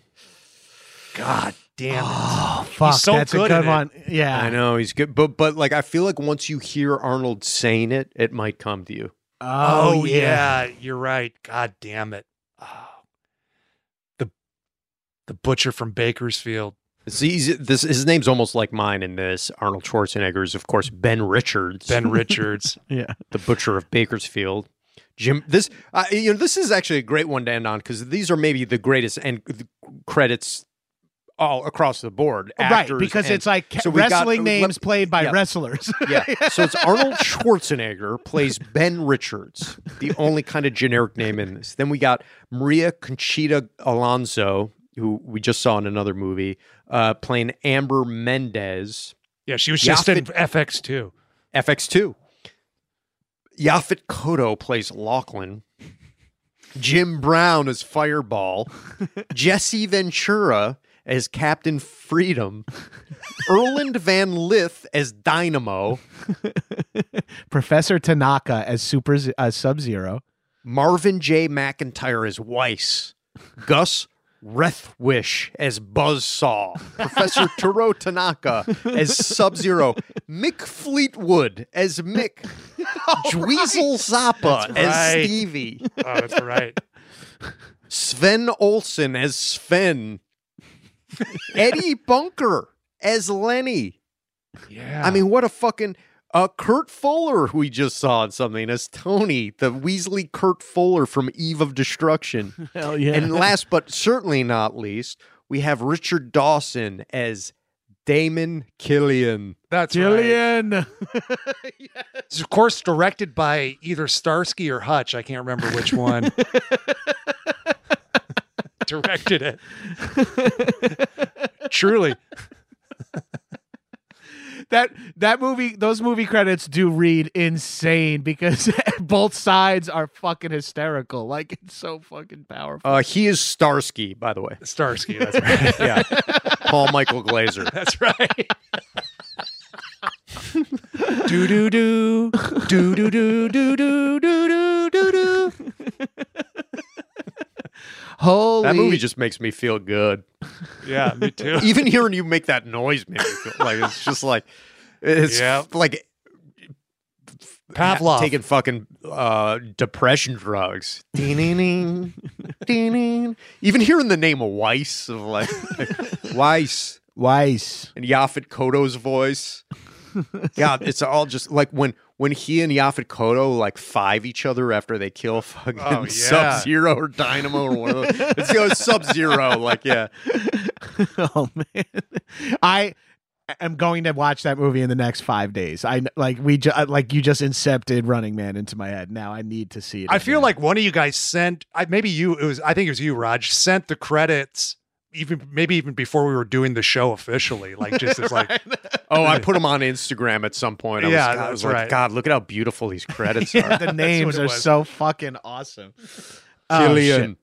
God damn it. Oh fuck, so that's good a at good it. one. Yeah, I know he's good, but but like I feel like once you hear Arnold saying it, it might come to you. Oh, yeah. you're right. God damn it. Oh. The the butcher from Bakersfield. It's easy. This his name's almost like mine in this. Arnold Schwarzenegger is of course Ben Richards, Ben Richards. yeah. the butcher of Bakersfield. Jim, this uh, you know this is actually a great one to end on because these are maybe the greatest end credits all across the board. right, Actors because and- it's like ca- so we got- wrestling let- names played by yeah. wrestlers. Yeah. So it's Arnold Schwarzenegger plays Ben Richards, the only kind of generic name in this. Then we got Maria Conchita Alonso, who we just saw in another movie, uh, playing Amber Mendez, Yeah, she was just in Yaphet- FX too. FX2. Yaphet Koto plays Lachlan. Jim Brown as Fireball. Jesse Ventura as Captain Freedom. Erland Van Lith as Dynamo. Professor Tanaka as Super Z- uh, Sub Zero. Marvin J. McIntyre as Weiss, Gus Rethwish as Buzzsaw, Professor Turo Tanaka as Sub Zero, Mick Fleetwood as Mick, Dweezil Zappa That's as right. Stevie, Oh, that's right. Sven Olsen as Sven, Eddie Bunker as Lenny. Yeah. I mean, what a fucking uh, Kurt Fuller who we just saw in something as Tony, the Weasley Kurt Fuller from Eve of Destruction. Hell yeah. And last but certainly not least, we have Richard Dawson as Damon Killian. that's right. Jillian. It's of course directed by either Starsky or Hutch. I can't remember which one. directed it. Truly. that that movie those movie credits do read insane because both sides are fucking hysterical like it's so fucking powerful Uh, he is Starsky, by the way. Starsky, that's right. Yeah. Paul Michael Glazer. That's right. do do do do do do do do do do do do. holy That movie just makes me feel good. Yeah, me too. Even hearing you make that noise made me feel like it's just like it's Yeah. like Pavlov. taking fucking uh, depression drugs. Ding-ding-ding. Ding-ding. Even hearing the name of Weiss of like Weiss. Weiss and Yaphet Koto's voice. God, it's all just like when when he and Yaphet Kotto like five each other after they kill fucking Oh, yeah. Sub Zero or Dynamo or one of those. Let's go Sub Zero. Like, yeah. oh man, I am going to watch that movie in the next five days. I like we ju- uh, like you just incepted Running Man into my head. Now I need to see it. I feel again. like one of you guys sent, I, maybe you, it was, I think it was you, Raj, sent the credits even maybe even before we were doing the show officially, like just as like, Oh, I put him on Instagram at some point. I was, Yeah, I that's was like, right. God, look at how beautiful these credits are. the names are what it was. so fucking awesome. Oh, shit. Killian,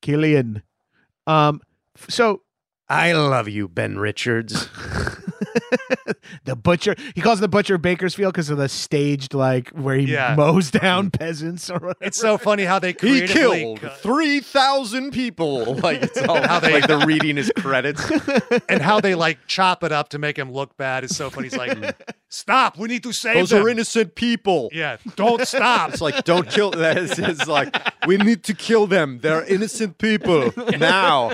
Killian. Um, f- so I love you, Ben Richards. the butcher, he calls the butcher Bakersfield because of the staged like where he Yeah. mows down peasants or whatever. it's so funny how they He creatively killed cut- three thousand people. Like it's all How how they- they like they're reading his credits. and how they like chop it up to make him look bad is so funny. He's like, stop, we need to save Those them. are innocent people. yeah, don't stop. It's like don't kill. That is it's like we need to kill them. They're innocent people now.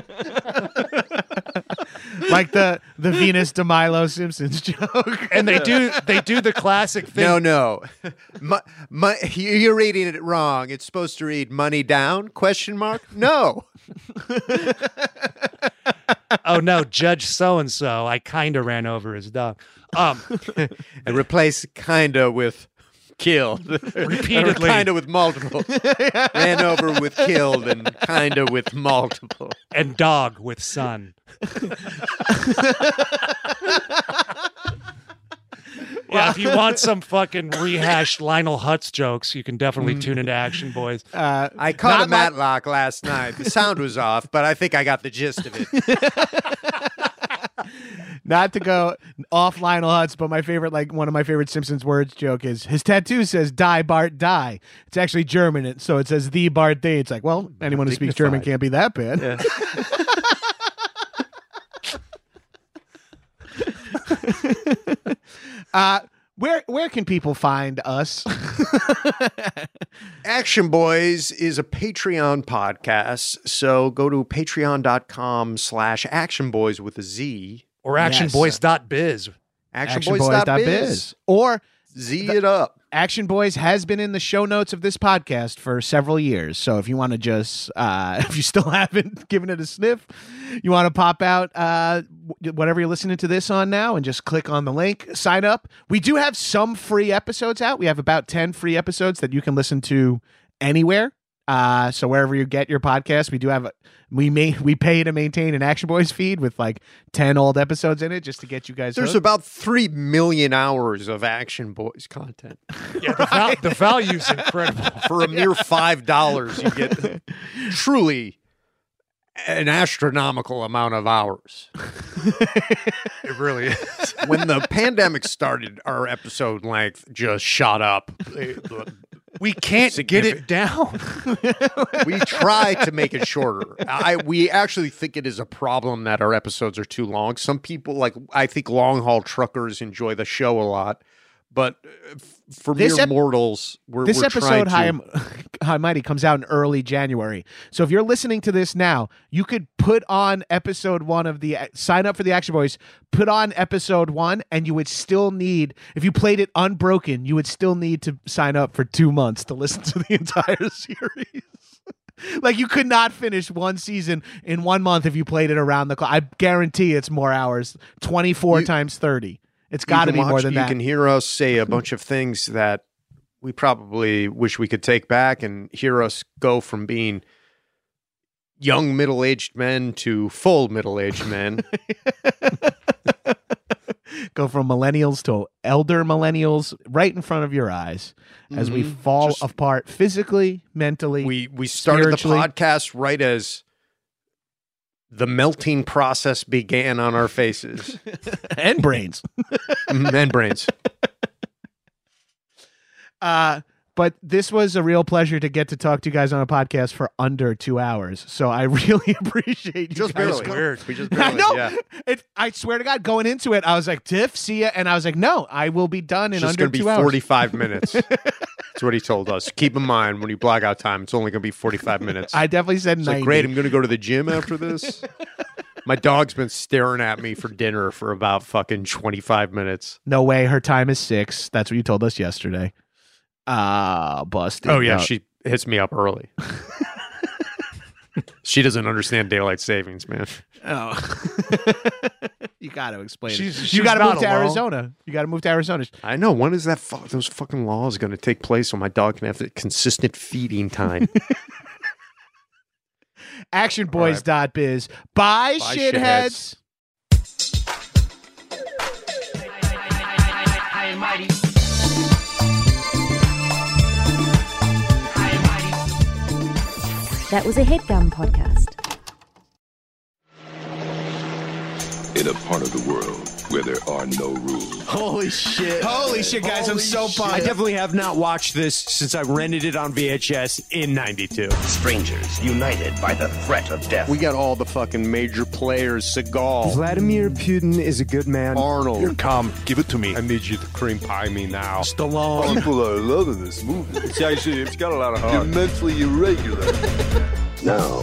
like the the Venus de Milo Simpsons joke. and they do they do the classic thing. No, no, my, my, you're reading it wrong. It's supposed to read money down? Question mark? No. Oh no, Judge so and so, I kind of ran over his dog. Um, And replace kinda with killed Repeatedly. Or kinda with multiple. Ran over with killed and kinda with multiple. and dog with son. yeah, if you want some fucking rehashed Lionel Hutz jokes, you can definitely tune into Action Boys. Uh, I caught Not a my- matlock last night. The sound was off, but I think I got the gist of it. not to go off Lionel Hutz, but my favorite, like one of my favorite Simpsons words joke is his tattoo says "Die Bart Die." It's actually German, and so it says "The Bart Day." It's like, well, anyone who speaks German can't be that bad. uh, where where can people find us? Action Boys is a Patreon podcast, so go to patreon.com slash action boys with a Z. Or actionboys.biz. Actionboys.biz. or Z it up. Action Boys has been in the show notes of this podcast for several years. So if you want to just, uh, if you still haven't given it a sniff, you want to pop out uh, wh- whatever you're listening to this on now and just click on the link, sign up. We do have some free episodes out. We have about 10 free episodes that you can listen to anywhere. Uh, so wherever you get your podcast, we do have a, we may we pay to maintain an Action Boys feed with like ten old episodes in it just to get you guys. There's hooked. about three million hours of Action Boys content. Yeah, the, val- the value's incredible. For a mere five dollars, you get truly an astronomical amount of hours. It really is. When the pandemic started, our episode length just shot up. We can't get it down. we try to make it shorter. I we actually think it is a problem that our episodes are too long. Some people like I think long haul truckers enjoy the show a lot, but uh, f- for This mere ep- mortals, we're this we're trying episode to- high, Am- high mighty comes out in early january so if you're listening to this now you could put on episode one of the sign up for the action boys put on episode one and you would still need if you played it unbroken you would still need to sign up for two months to listen to the entire series like you could not finish one season in one month if you played it around the clock i guarantee it's more hours 24 You- times 30 it's you got to can be more watch- than you that can hear us say a bunch of things that we probably wish we could take back and hear us go from being young middle-aged men to full middle-aged men go from millennials to elder millennials right in front of your eyes as we fall Mm-hmm. Just- apart physically, mentally. we we started the Spiritually. podcast right as the melting process began on our faces and brains. Mm, and brains. Uh, but this was a real pleasure to get to talk to you guys on a podcast for under two hours. So I really appreciate you Just guys barely. coming. Weird. We just I barely, know. yeah. It, I swear to God, going into it, I was like, "Tiff, see ya," and I was like, "No, I will be done in It's just under going to be two hours." 45 minutes. That's what he told us. Keep in mind when you block out time, it's only going to be 45 minutes. I definitely said It's ninety. like, great, I'm going to go to the gym after this. My dog's been staring at me for dinner for about fucking 25 minutes. No way. Her time is six. That's what you told us yesterday. Ah, busted. Oh, yeah. No. She hits me up early. she doesn't understand daylight savings, man. oh. you got to explain. it. She's- you she's got to not move to alone. Arizona. You got to move to Arizona. I know. When is that fu- those fucking laws going to take place so my dog can have the consistent feeding time? Actionboys.biz. Buy, Buy shitheads. shitheads. That was a headgum podcast. in a part of the world where there are no rules. Holy shit. Holy shit, guys. I'm so pumped. I definitely have not watched this since I rented it on VHS in 92. Strangers united by the threat of death. we got all the fucking major players Seagal, Vladimir Putin is a good man. Arnold. calm. Give it to me. I need you to cream pie me now. Stallone. People are loving this movie. It's actually, it's got a lot of heart. You're mentally irregular. Now,